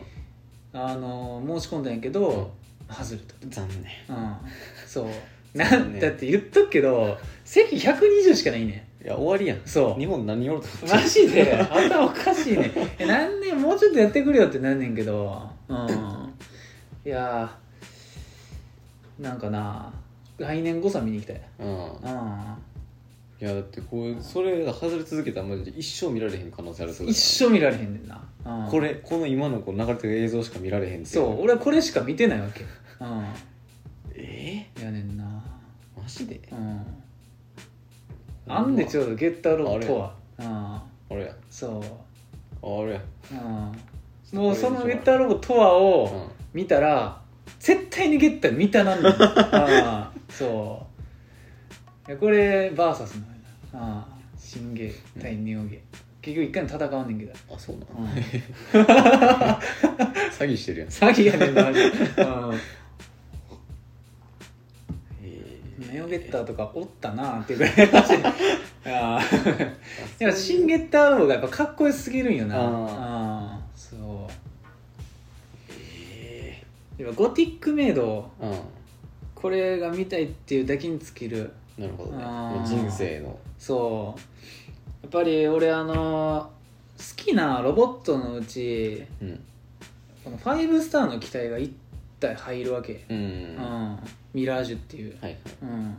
A: あのー申し込んだんやけど、外れた
B: 残念
A: うんそう
B: そ
A: な
B: うね
A: だって言っとくけど席120しかないね
B: いや終わりやん
A: んそう
B: 日本何やろうと思
A: マ
B: って
A: ジ で頭おかしいねえ何年もうちょっとやってくれよってなんねんけどうんいやーなんかな来年こそは見に行きたい
B: うん
A: うん
B: いやだってこうそれが外れ続けたらマジで一生見られへん可能性あるそれ
A: 一生見られへんねんな、うん、
B: これこの今のこう流れてる映像しか見られへんってい
A: そう俺はこれしか見てないわけう
B: え
A: んやねんな
B: えマジで
A: うんあんでち
B: ょ
A: ょうどゲッターローとはうん
B: あれや
A: そう
B: あれや
A: うんもうそのゲッターロボとはを、
B: うん
A: 見たら絶対にゲッタ見た なんだよああそういやこれバーサスのああ新芸対ネオ芸、結局一回も戦わんねんけど、
B: あそうな
A: うん
B: の 詐欺してるやん
A: 詐欺やねんなあ れうんネオゲッターとかおったなっていうぐら いマジでああいや新ゲッターの方がやっぱかっこよすぎるんよな
B: あ
A: ああそう今ゴティックメイド
B: うん
A: これが見たいっていうだけに尽きる
B: なるほどね
A: あー
B: 人生の
A: そうやっぱり俺あの好きなロボットのうち
B: うん
A: このファイブスターの機体が1体入るわけ、
B: うん
A: うん
B: は
A: ミラージュっていう、
B: いはい
A: うん、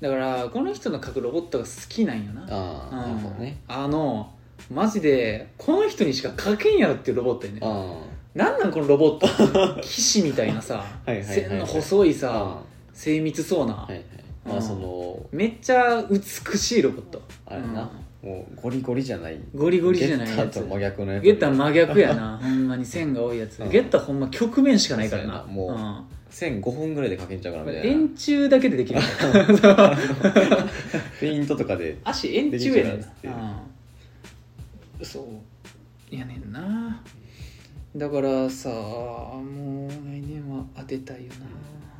A: だからこの人の描くロボットが好きなんよな
B: ああなる
A: うん
B: ほどね
A: あのマジでこの人にしか描けんやろっていうロボットやね
B: あ
A: なんなんこのロボ ット騎士みたいなさ
B: はいはいはいはい
A: 線の細い
B: ああ
A: さ精密そうな、
B: はいはいま
A: う
B: あ
A: ん
B: その
A: めっちゃ美しいロボット
B: あれな
A: う
B: もうゴリゴリじゃない
A: ゴリゴリじゃない
B: ゲッターと真逆のやつ
A: ゲッター真逆や なほんまに線が多いやつ
B: うん
A: ゲッターほんま局面しかないから
B: そう
A: な
B: やなも線5本ぐらいで書けんちゃうか
A: う
B: ら
A: ん
B: みたいな
A: 円柱だけでで きる
B: ペイントとかで
A: 足円柱やねん
B: できちゃう
A: なうんそうやねんなだからさもう来年は当てたいよ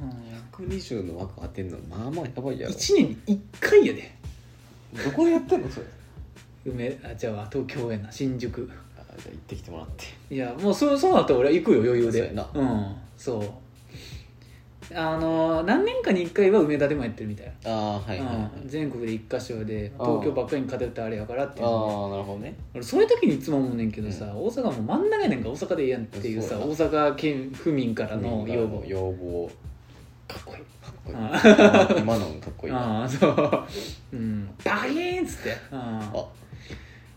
A: な、
B: 120の枠当てんのまあまあやばいやろ
A: 1年に1回やで
B: どこでやってんのそれ
A: 梅あじゃあ東京やな新宿
B: ああじゃあ行ってきてもらって
A: いやもうそうそうなったら俺は行くよ余裕で
B: そうやな
A: うんそうあの何年かに1回は梅田でもやってるみたいな、
B: ああはいはい、はい
A: うん、全国で1箇所で
B: あー
A: 東京ばっかりに偏ってあれやからっていうので
B: ああなるほどね
A: 俺そういう時にいつも思うねんけどさ、
B: う
A: 大阪もう真ん中やねんから大阪でいいやんっていうさ
B: そうや
A: 大阪県府民からの要望
B: 要望かっこいいかっこいい
A: あ
B: 今今のかっこいいな
A: ああそううんバキーンっつって、うん、
B: あ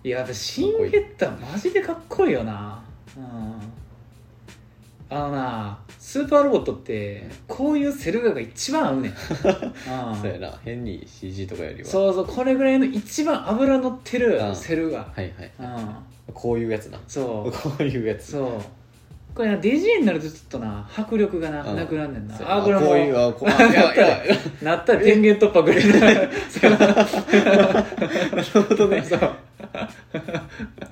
A: いや私シンゲッタマジでかっこいいよなうんあのなスーパーロボットってこういうセル画が一番合うねん、うん
B: そうやな変に CG とかよりは
A: そうそうこれぐらいの一番脂乗ってる
B: うん
A: セル画
B: はいはい
A: うん
B: こういうやつな
A: そ
B: こ
A: う
B: ういうやつ
A: そうこれな DJ になるとちょっとな迫力がな,、
B: うん
A: なくなんねんな
B: そうやな
A: あこれも
B: こういうあこうあやばいやばい
A: なったら電源突破ぐらいな なるほどねそう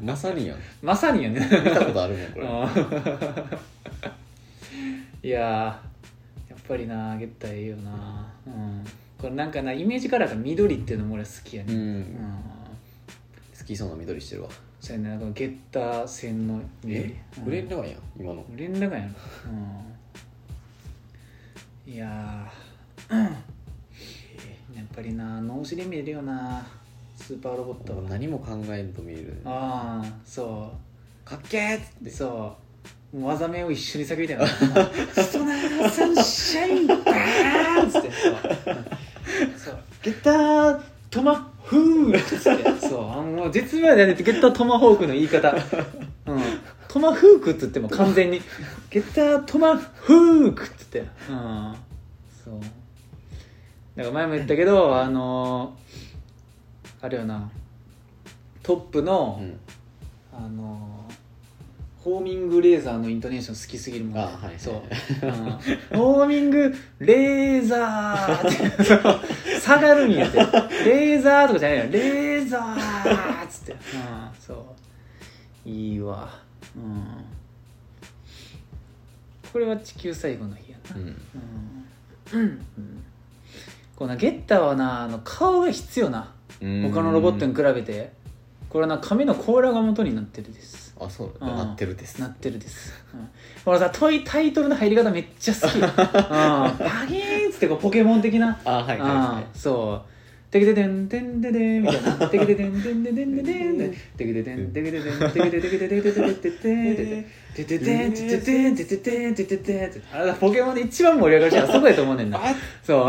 B: まさにやん
A: まさにやね
B: 見たことあるもんこれ
A: いやーやっぱりなゲッターええよな、うん、これなんかなイメージカラーが緑っていうのも俺好きや
B: う
A: ね、うん
B: ん好きそうな緑してるわ
A: そうやねなんかゲッター線の
B: え
A: うん
B: グレンラガンやん今の
A: 売れんだかやろ、うん、いやーやっぱりな脳死で見えるよなスーパーロボットは
B: 何も考えんと見える
A: ああそ
B: かっけーっつ
A: う
B: って
A: そうもう技名を一緒に叫びたい なストナーサンシャインバーンっつってそうそう
B: ゲッター
A: トマフーっつってそうあのもう絶妙だねゲッタートマホークの言い方、うん、トマフークっつっても完全にゲッタートマフークっつってうんそうだから前も言ったけどあのーあれよなトップの、
B: うん
A: あのーホーミングレーザーのイントネーション好きすぎるもんね
B: あはいはい
A: そう、うんホーミングレーザーって下がるんやってレーザーとかじゃないよレーザーっつって、うん、そういいわうんこれは地球最後の日やな
B: うん
A: うん、うん、こうなゲッターはなあの顔が必要な他のロボットに比べてこれはな髪の甲羅が元になってるです
B: あそう
A: うん
B: なってるです
A: なってるです、うん、このさトイタイトルの入り方めっちゃ好きうんパギーンっつってこうポケモン的な
B: あはいはいは
A: うんそうテケテテンテンテテンみたいなテケテテンテンテテンテテンテケテテンテケテテンテケテテケテテケテテケテテテテテンテテテンテテテンテテテンってあれだポケモンで一番盛り上がる人はそこやと思うねんな
B: あ
A: そう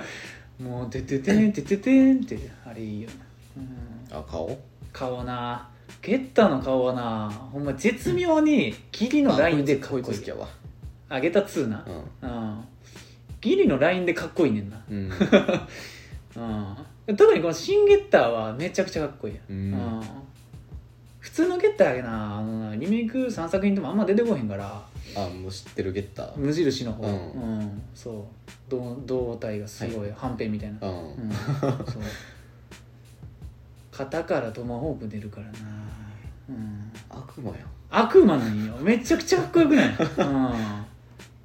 A: もう「てててんてててん」ってあれいいよな、うん、
B: いあ顔
A: 顔なゲッターの顔はなほんま絶妙にギリのラインでかっこいい
B: こいつ好きやわ
A: あゲッター2なう
B: う
A: んギリのラインでかっこいいねんなん
B: うん
A: うん特にこの新ゲッターはめちゃくちゃかっこいいやん
B: うん
A: 普通のゲッターやなあのなリメイク3作品ともあんま出てこへんから
B: あもう知ってるゲッター
A: 無印の方、う
B: うん
A: んそう胴胴体がすごいはんぺんみたいな
B: う
A: うんんそう肩からトマホーク出るからな、うん、
B: 悪魔やん
A: 悪魔なんよめちゃくちゃかっこよくない、 うん、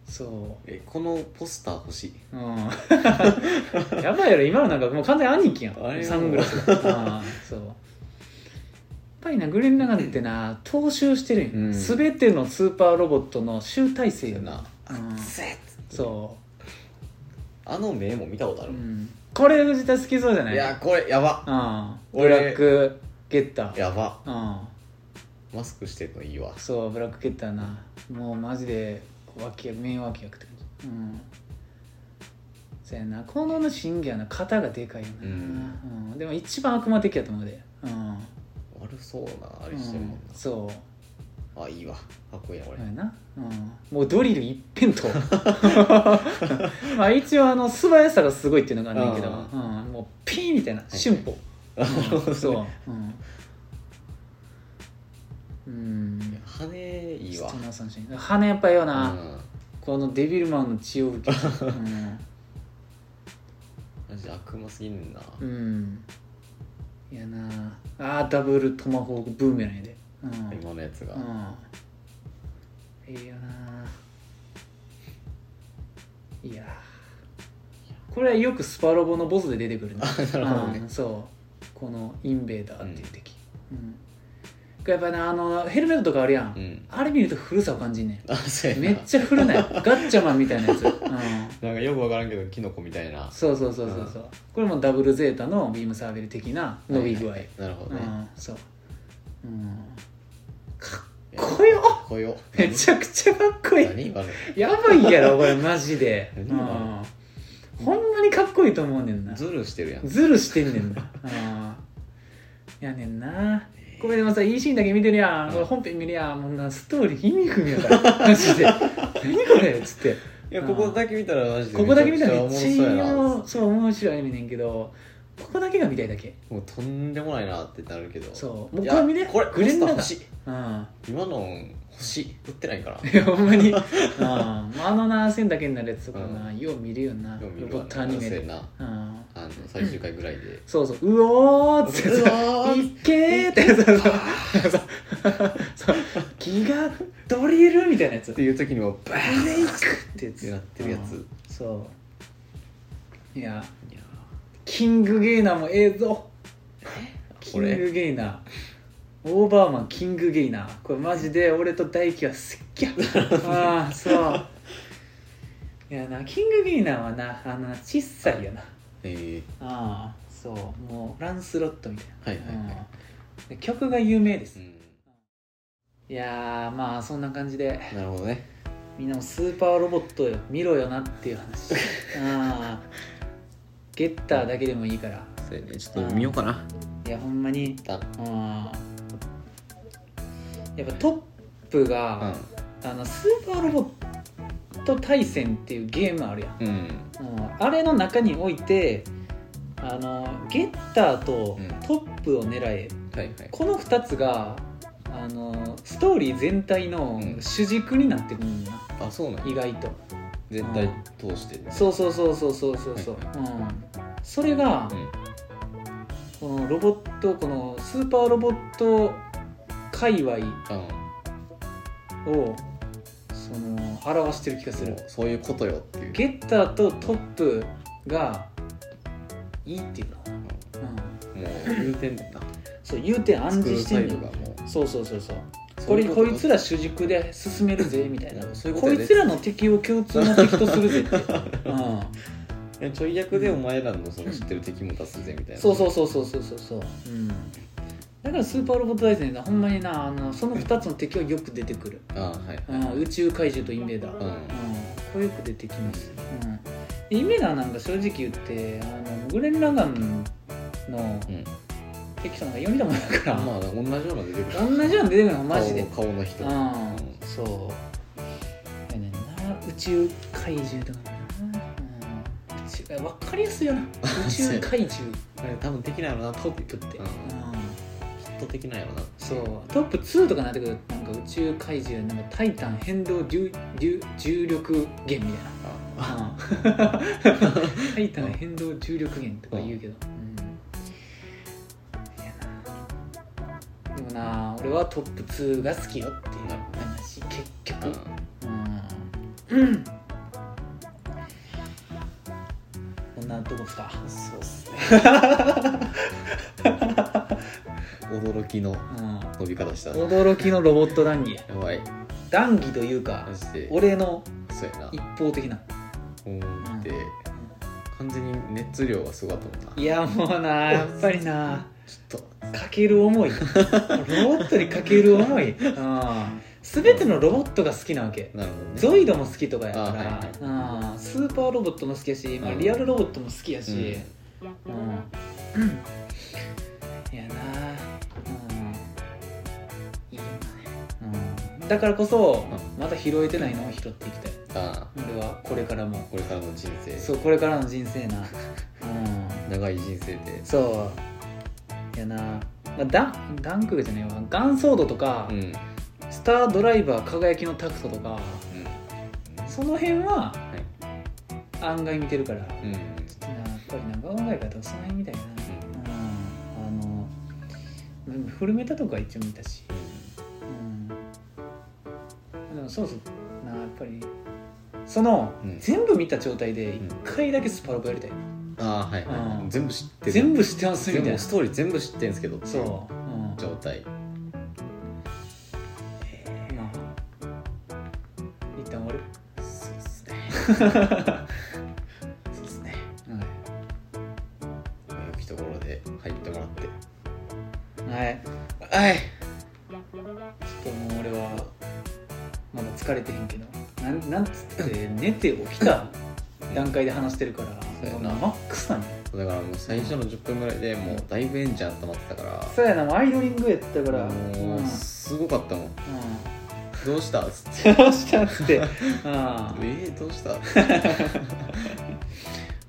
A: そ、
B: えこのポスター欲しいう
A: うん、やばいやろ今のなんか もう完全に兄貴や
B: あれ
A: ん
B: は
A: サングラスが、うん、そうやっぱりなグレン・ラガンってな踏襲してるんよ、
B: うん
A: 全てのスーパーロボットの集大成よな、うん、そ
B: あの目も見たことあ
A: う、
B: る
A: う
B: もん
A: ん、これ藤田好きそうじゃない
B: いやこれやば
A: うん、ブ
B: 俺
A: ラックゲッター
B: やば
A: うん
B: マスクしてるのいいわ
A: そうブラックゲッターなもうマジで脇役メイン脇役って感じうんそやなこの審議はな肩がでかいよな、
B: うん
A: うんでも一番悪魔的やと思うでうん
B: 悪そうなあれしてるもん
A: うんそ
B: なあいいわかっこいいなこ
A: う
B: れ
A: そうやな、うん、もうドリル一辺倒 まあ一応あの素早さがすごいっていうのがあるんだけど、
B: あ
A: うん、もうピーみたいな
B: はい
A: 瞬歩、
B: な るほどね
A: そう、うんうん、
B: 羽いいわ
A: ストーナーさんし羽やっぱよ
B: う
A: な、
B: ん
A: このデビルマンの血を受けて、うん
B: マジで悪魔すぎんな
A: うん、いやなああダブルトマホークブーメランやでうん、
B: 今のやつが
A: うん、いいよないやこれはよくスパロボのボスで出てくるね
B: あなるほどね
A: うんそうこのインベーダーっていう敵、うんやっぱなあのヘルメットとかあるやん、
B: うん
A: あれ見ると古さを感じん ね
B: あそうや
A: ん
B: な
A: めっちゃ古ないガッチャマンみたいなやつ、うん、
B: なんかよくわからんけどキノコみたいな
A: そうそうそうそうそうこれもダブルゼータのビームサーベル的な伸び具合、
B: はいはいなるほど
A: う
B: ね
A: んそう、うん、かっこよ
B: こよ
A: めちゃくちゃかっこいい
B: 何今の
A: やばいやろこれマジで、う
B: 何
A: ん、
B: 今
A: ほんまにかっこいいと思うねんな
B: ズルしてるやん
A: ズルしてんねん なうんやねんなこれでもさいいシーンだけ見てるやんこれ本編見るやんもうなストーリー意味不明やから マジで何これっつって
B: いやここだけ見たらマジで
A: ここだけ見たら
B: め
A: めっ
B: っ
A: ち
B: ち
A: ゃい
B: ゃお
A: い
B: もろそうやな
A: よそう面白いアニメねんけどここだけが見たいだけ
B: もうとんでもないなってなるけど
A: そうもう
B: い
A: こ
B: や
A: れ見て
B: これ
A: グレンダ
B: ポ
A: が
B: スター欲しい
A: うん
B: 今の欲しい売ってないから
A: いやほんま に、うん、あのな線だけになるやつとかな、
B: う
A: よう見るよな
B: でも見
A: ロ
B: る
A: ボ
B: わ
A: ットアニメ
B: そうや
A: で、
B: な
A: うん、
B: あの最終回ぐらいで
A: そうそううおーっつって
B: う
A: さ
B: わ
A: 「
B: ー
A: いけ!」ってそうそうそう気がドリルみたいなやつ 「
B: っていう時にもバーンっ
A: 胸いく!」ってや
B: て
A: つ
B: なってるやつ
A: うんそういや
B: いや
A: キングゲイナーもええぞキ
B: こ
A: ン
B: れ
A: グゲイナーオーバーマンキングゲイナーこれマジで俺と大輝はすっきゃああそういやなキングゲイナーはなあの小さいよな
B: え
A: ああそうもうランスロットみたい
B: ー、はい
A: な、
B: はいはい
A: うんで曲が有名です、
B: うん
A: いやーまあそんな感じで
B: なるほどね
A: みんなもスーパーロボットよ見ろよなっていう 話ああゲッターだけでもいいから
B: そうやねちょっと見ようかない
A: やほんまに
B: 一旦
A: うんやっぱトップが、あのスーパーロボット対戦っていうゲームあるやん
B: うん
A: うんあれの中においてあのゲッターと
B: うん
A: トップを狙え、
B: はいはい
A: この2つがあのストーリー全体の
B: うん
A: 主軸になってくるんだな、
B: あそうなん
A: 意
B: や
A: 外と
B: 全体通して
A: そうそうそうそうそうそうそう、うん、それが、
B: ん
A: このロボットこのスーパーロボット界隈
B: う
A: をその表してる気がす
B: ん
A: る
B: もうそういうことよっていう
A: ゲッターとトップがいいっていうの、うん、
B: もう言うてんねんな
A: そう言うて暗
B: 作
A: 示
B: る
A: して
B: サ
A: ん
B: イ
A: ね
B: ド
A: ん
B: がもう
A: そうそうそうそう
B: そ
A: こ
B: う
A: れ
B: いう
A: こ
B: と
A: いつら主軸で進めるぜみたいな
B: そういうこ
A: ことい
B: やで
A: つらの敵を共通の敵とするぜ って、う
B: えちょい役でお前らのその知ってる敵も出すぜみたい
A: ん、
B: な
A: そうそうそうそうそうそうそう、うん、だからスーパーロボット大戦はほんまになあのその2つの敵はよく出てくる、
B: あはいはい
A: うん、宇宙怪獣とインベーダー、うん
B: うん
A: これよく出てきます、うん、でインベーダーなんか正直言ってあのグレン・ラガンの
B: うん
A: 敵となんか読みたもんだから、
B: まあ同じような出てくる
A: 同じような出てくるのマジで
B: 顔の顔の人
A: うん、そうやねんな宇宙怪獣とかな、うん、宇宙分かりやすいよな宇宙怪獣
B: あれ多分できないやろなト
A: トップって、
B: う
A: うんん
B: きっとできないやろな
A: そうトップ2とかになってくるとなんか宇宙怪獣なんかタイタン変動重重重力源みたい
B: あ
A: な、うんタイタン変動重力源とか言うけど、うんいやなでもな俺はトップ2が好きよっていう話結局、うんこんなとこっすか
B: そうっすね驚きの
A: うん
B: 飛び方したや
A: 驚きのロボット談義
B: ばい
A: 談義というか
B: マジで
A: 俺の
B: そうやな
A: 一方的な
B: 思って完全に熱量がすごかったもんない
A: やもうなやっぱりな
B: ちょっ
A: かける思いロボットにかける思いうん全てのロボットが好きなわけ
B: となるほどね
A: ゾイドも好きとかやか
B: あはい
A: ら、うんスーパーロボットも好きやし、まあ、
B: うん
A: リアルロボットも好きやし、
B: う
A: う
B: ん
A: んいやなうんいいよね、うん、だからこそまだ拾えてないのを拾っていきたい
B: あ
A: 俺はこれからも
B: これからの人生
A: そうこれからの人生なうん
B: 長い人生で
A: そういやな、まあ、ダンダンクルじゃねえわガンソードとか、
B: うんうん
A: スタードライバー輝きのタクトとかその辺は
B: はい
A: 案外見てるから、
B: うん
A: やっぱり長岡い方はその辺みたいなうんあのでもフルメタとかは一応見たし、うん、でもそうそうなやっぱりその、
B: うん
A: 全部見た状態で
B: ん
A: 一回だけスパロボやりたいな、
B: ああはいは
A: う
B: い
A: ん
B: 全部知ってる
A: 全部知ってますみ
B: 全
A: たい
B: 部
A: な
B: ストーリー全部知ってんすけど
A: そう、うん、
B: 状態
A: そうですねは
B: 良きところで入ってもらって
A: い、はい、
B: はい
A: ちょっともう俺はまだ疲れてへんけどなんなんつって寝て起きた段階で話してるから
B: そうやな
A: もうマックスなんや
B: だからもう最初の10分ぐらいでもうだいぶエンジン温まってたから
A: そうやなもうアイドリングやったから
B: もうすごかったもん
A: う
B: どうしたっつって
A: ん、どうしたって、うん
B: えー、どう した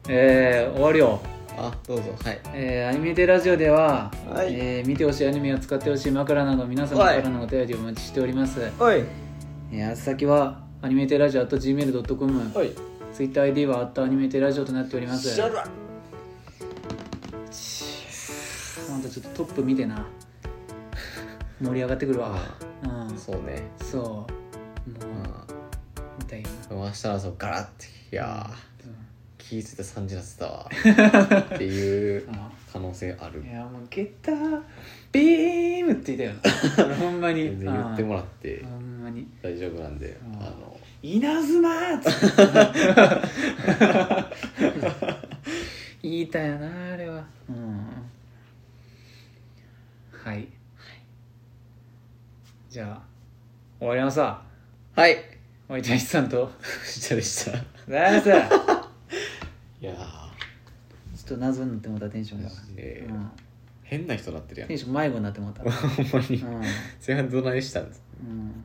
A: えー終わるよ、
B: あどうぞはい
A: えーアニメテラジオでは、
B: はい
A: えー見てほしいアニメや使ってほしい枕など皆様からのお便りをお待ちしております、
B: はい
A: えー、宛先はアニメテラジオ at gmail.com
B: はい
A: TwitterID は at アニメテラジオとなっております
B: シャラ
A: ほんとちょっとトップ見てな盛り上がってくるわ
B: あ
A: うんそ
B: そうね
A: うも
B: う
A: う、みたいな、
B: ん明日の朝ガラッていや
A: う
B: ー気ぃ付いた3時だってたわ っていうん
A: うん
B: 可能性ある
A: いやもう「ゲッタービーム」って言ったよ ほんまに
B: 全然言っても
A: ら
B: らって
A: ほんまに
B: 大丈夫なんで
A: うん
B: あの
A: 「稲妻!」っつって言いたいよなあれはうんはいじゃあ終わりますわ
B: はい
A: おいたしさんと
B: 藤田でしたい
A: ナイスちょ
B: やー
A: っと謎になってもうたテンション
B: マ
A: が、
B: ジで
A: うん、
B: 変な人なってるやん
A: テンション迷子になってもうた
B: ほんまに
A: うん
B: 前半どないしたんです
A: うん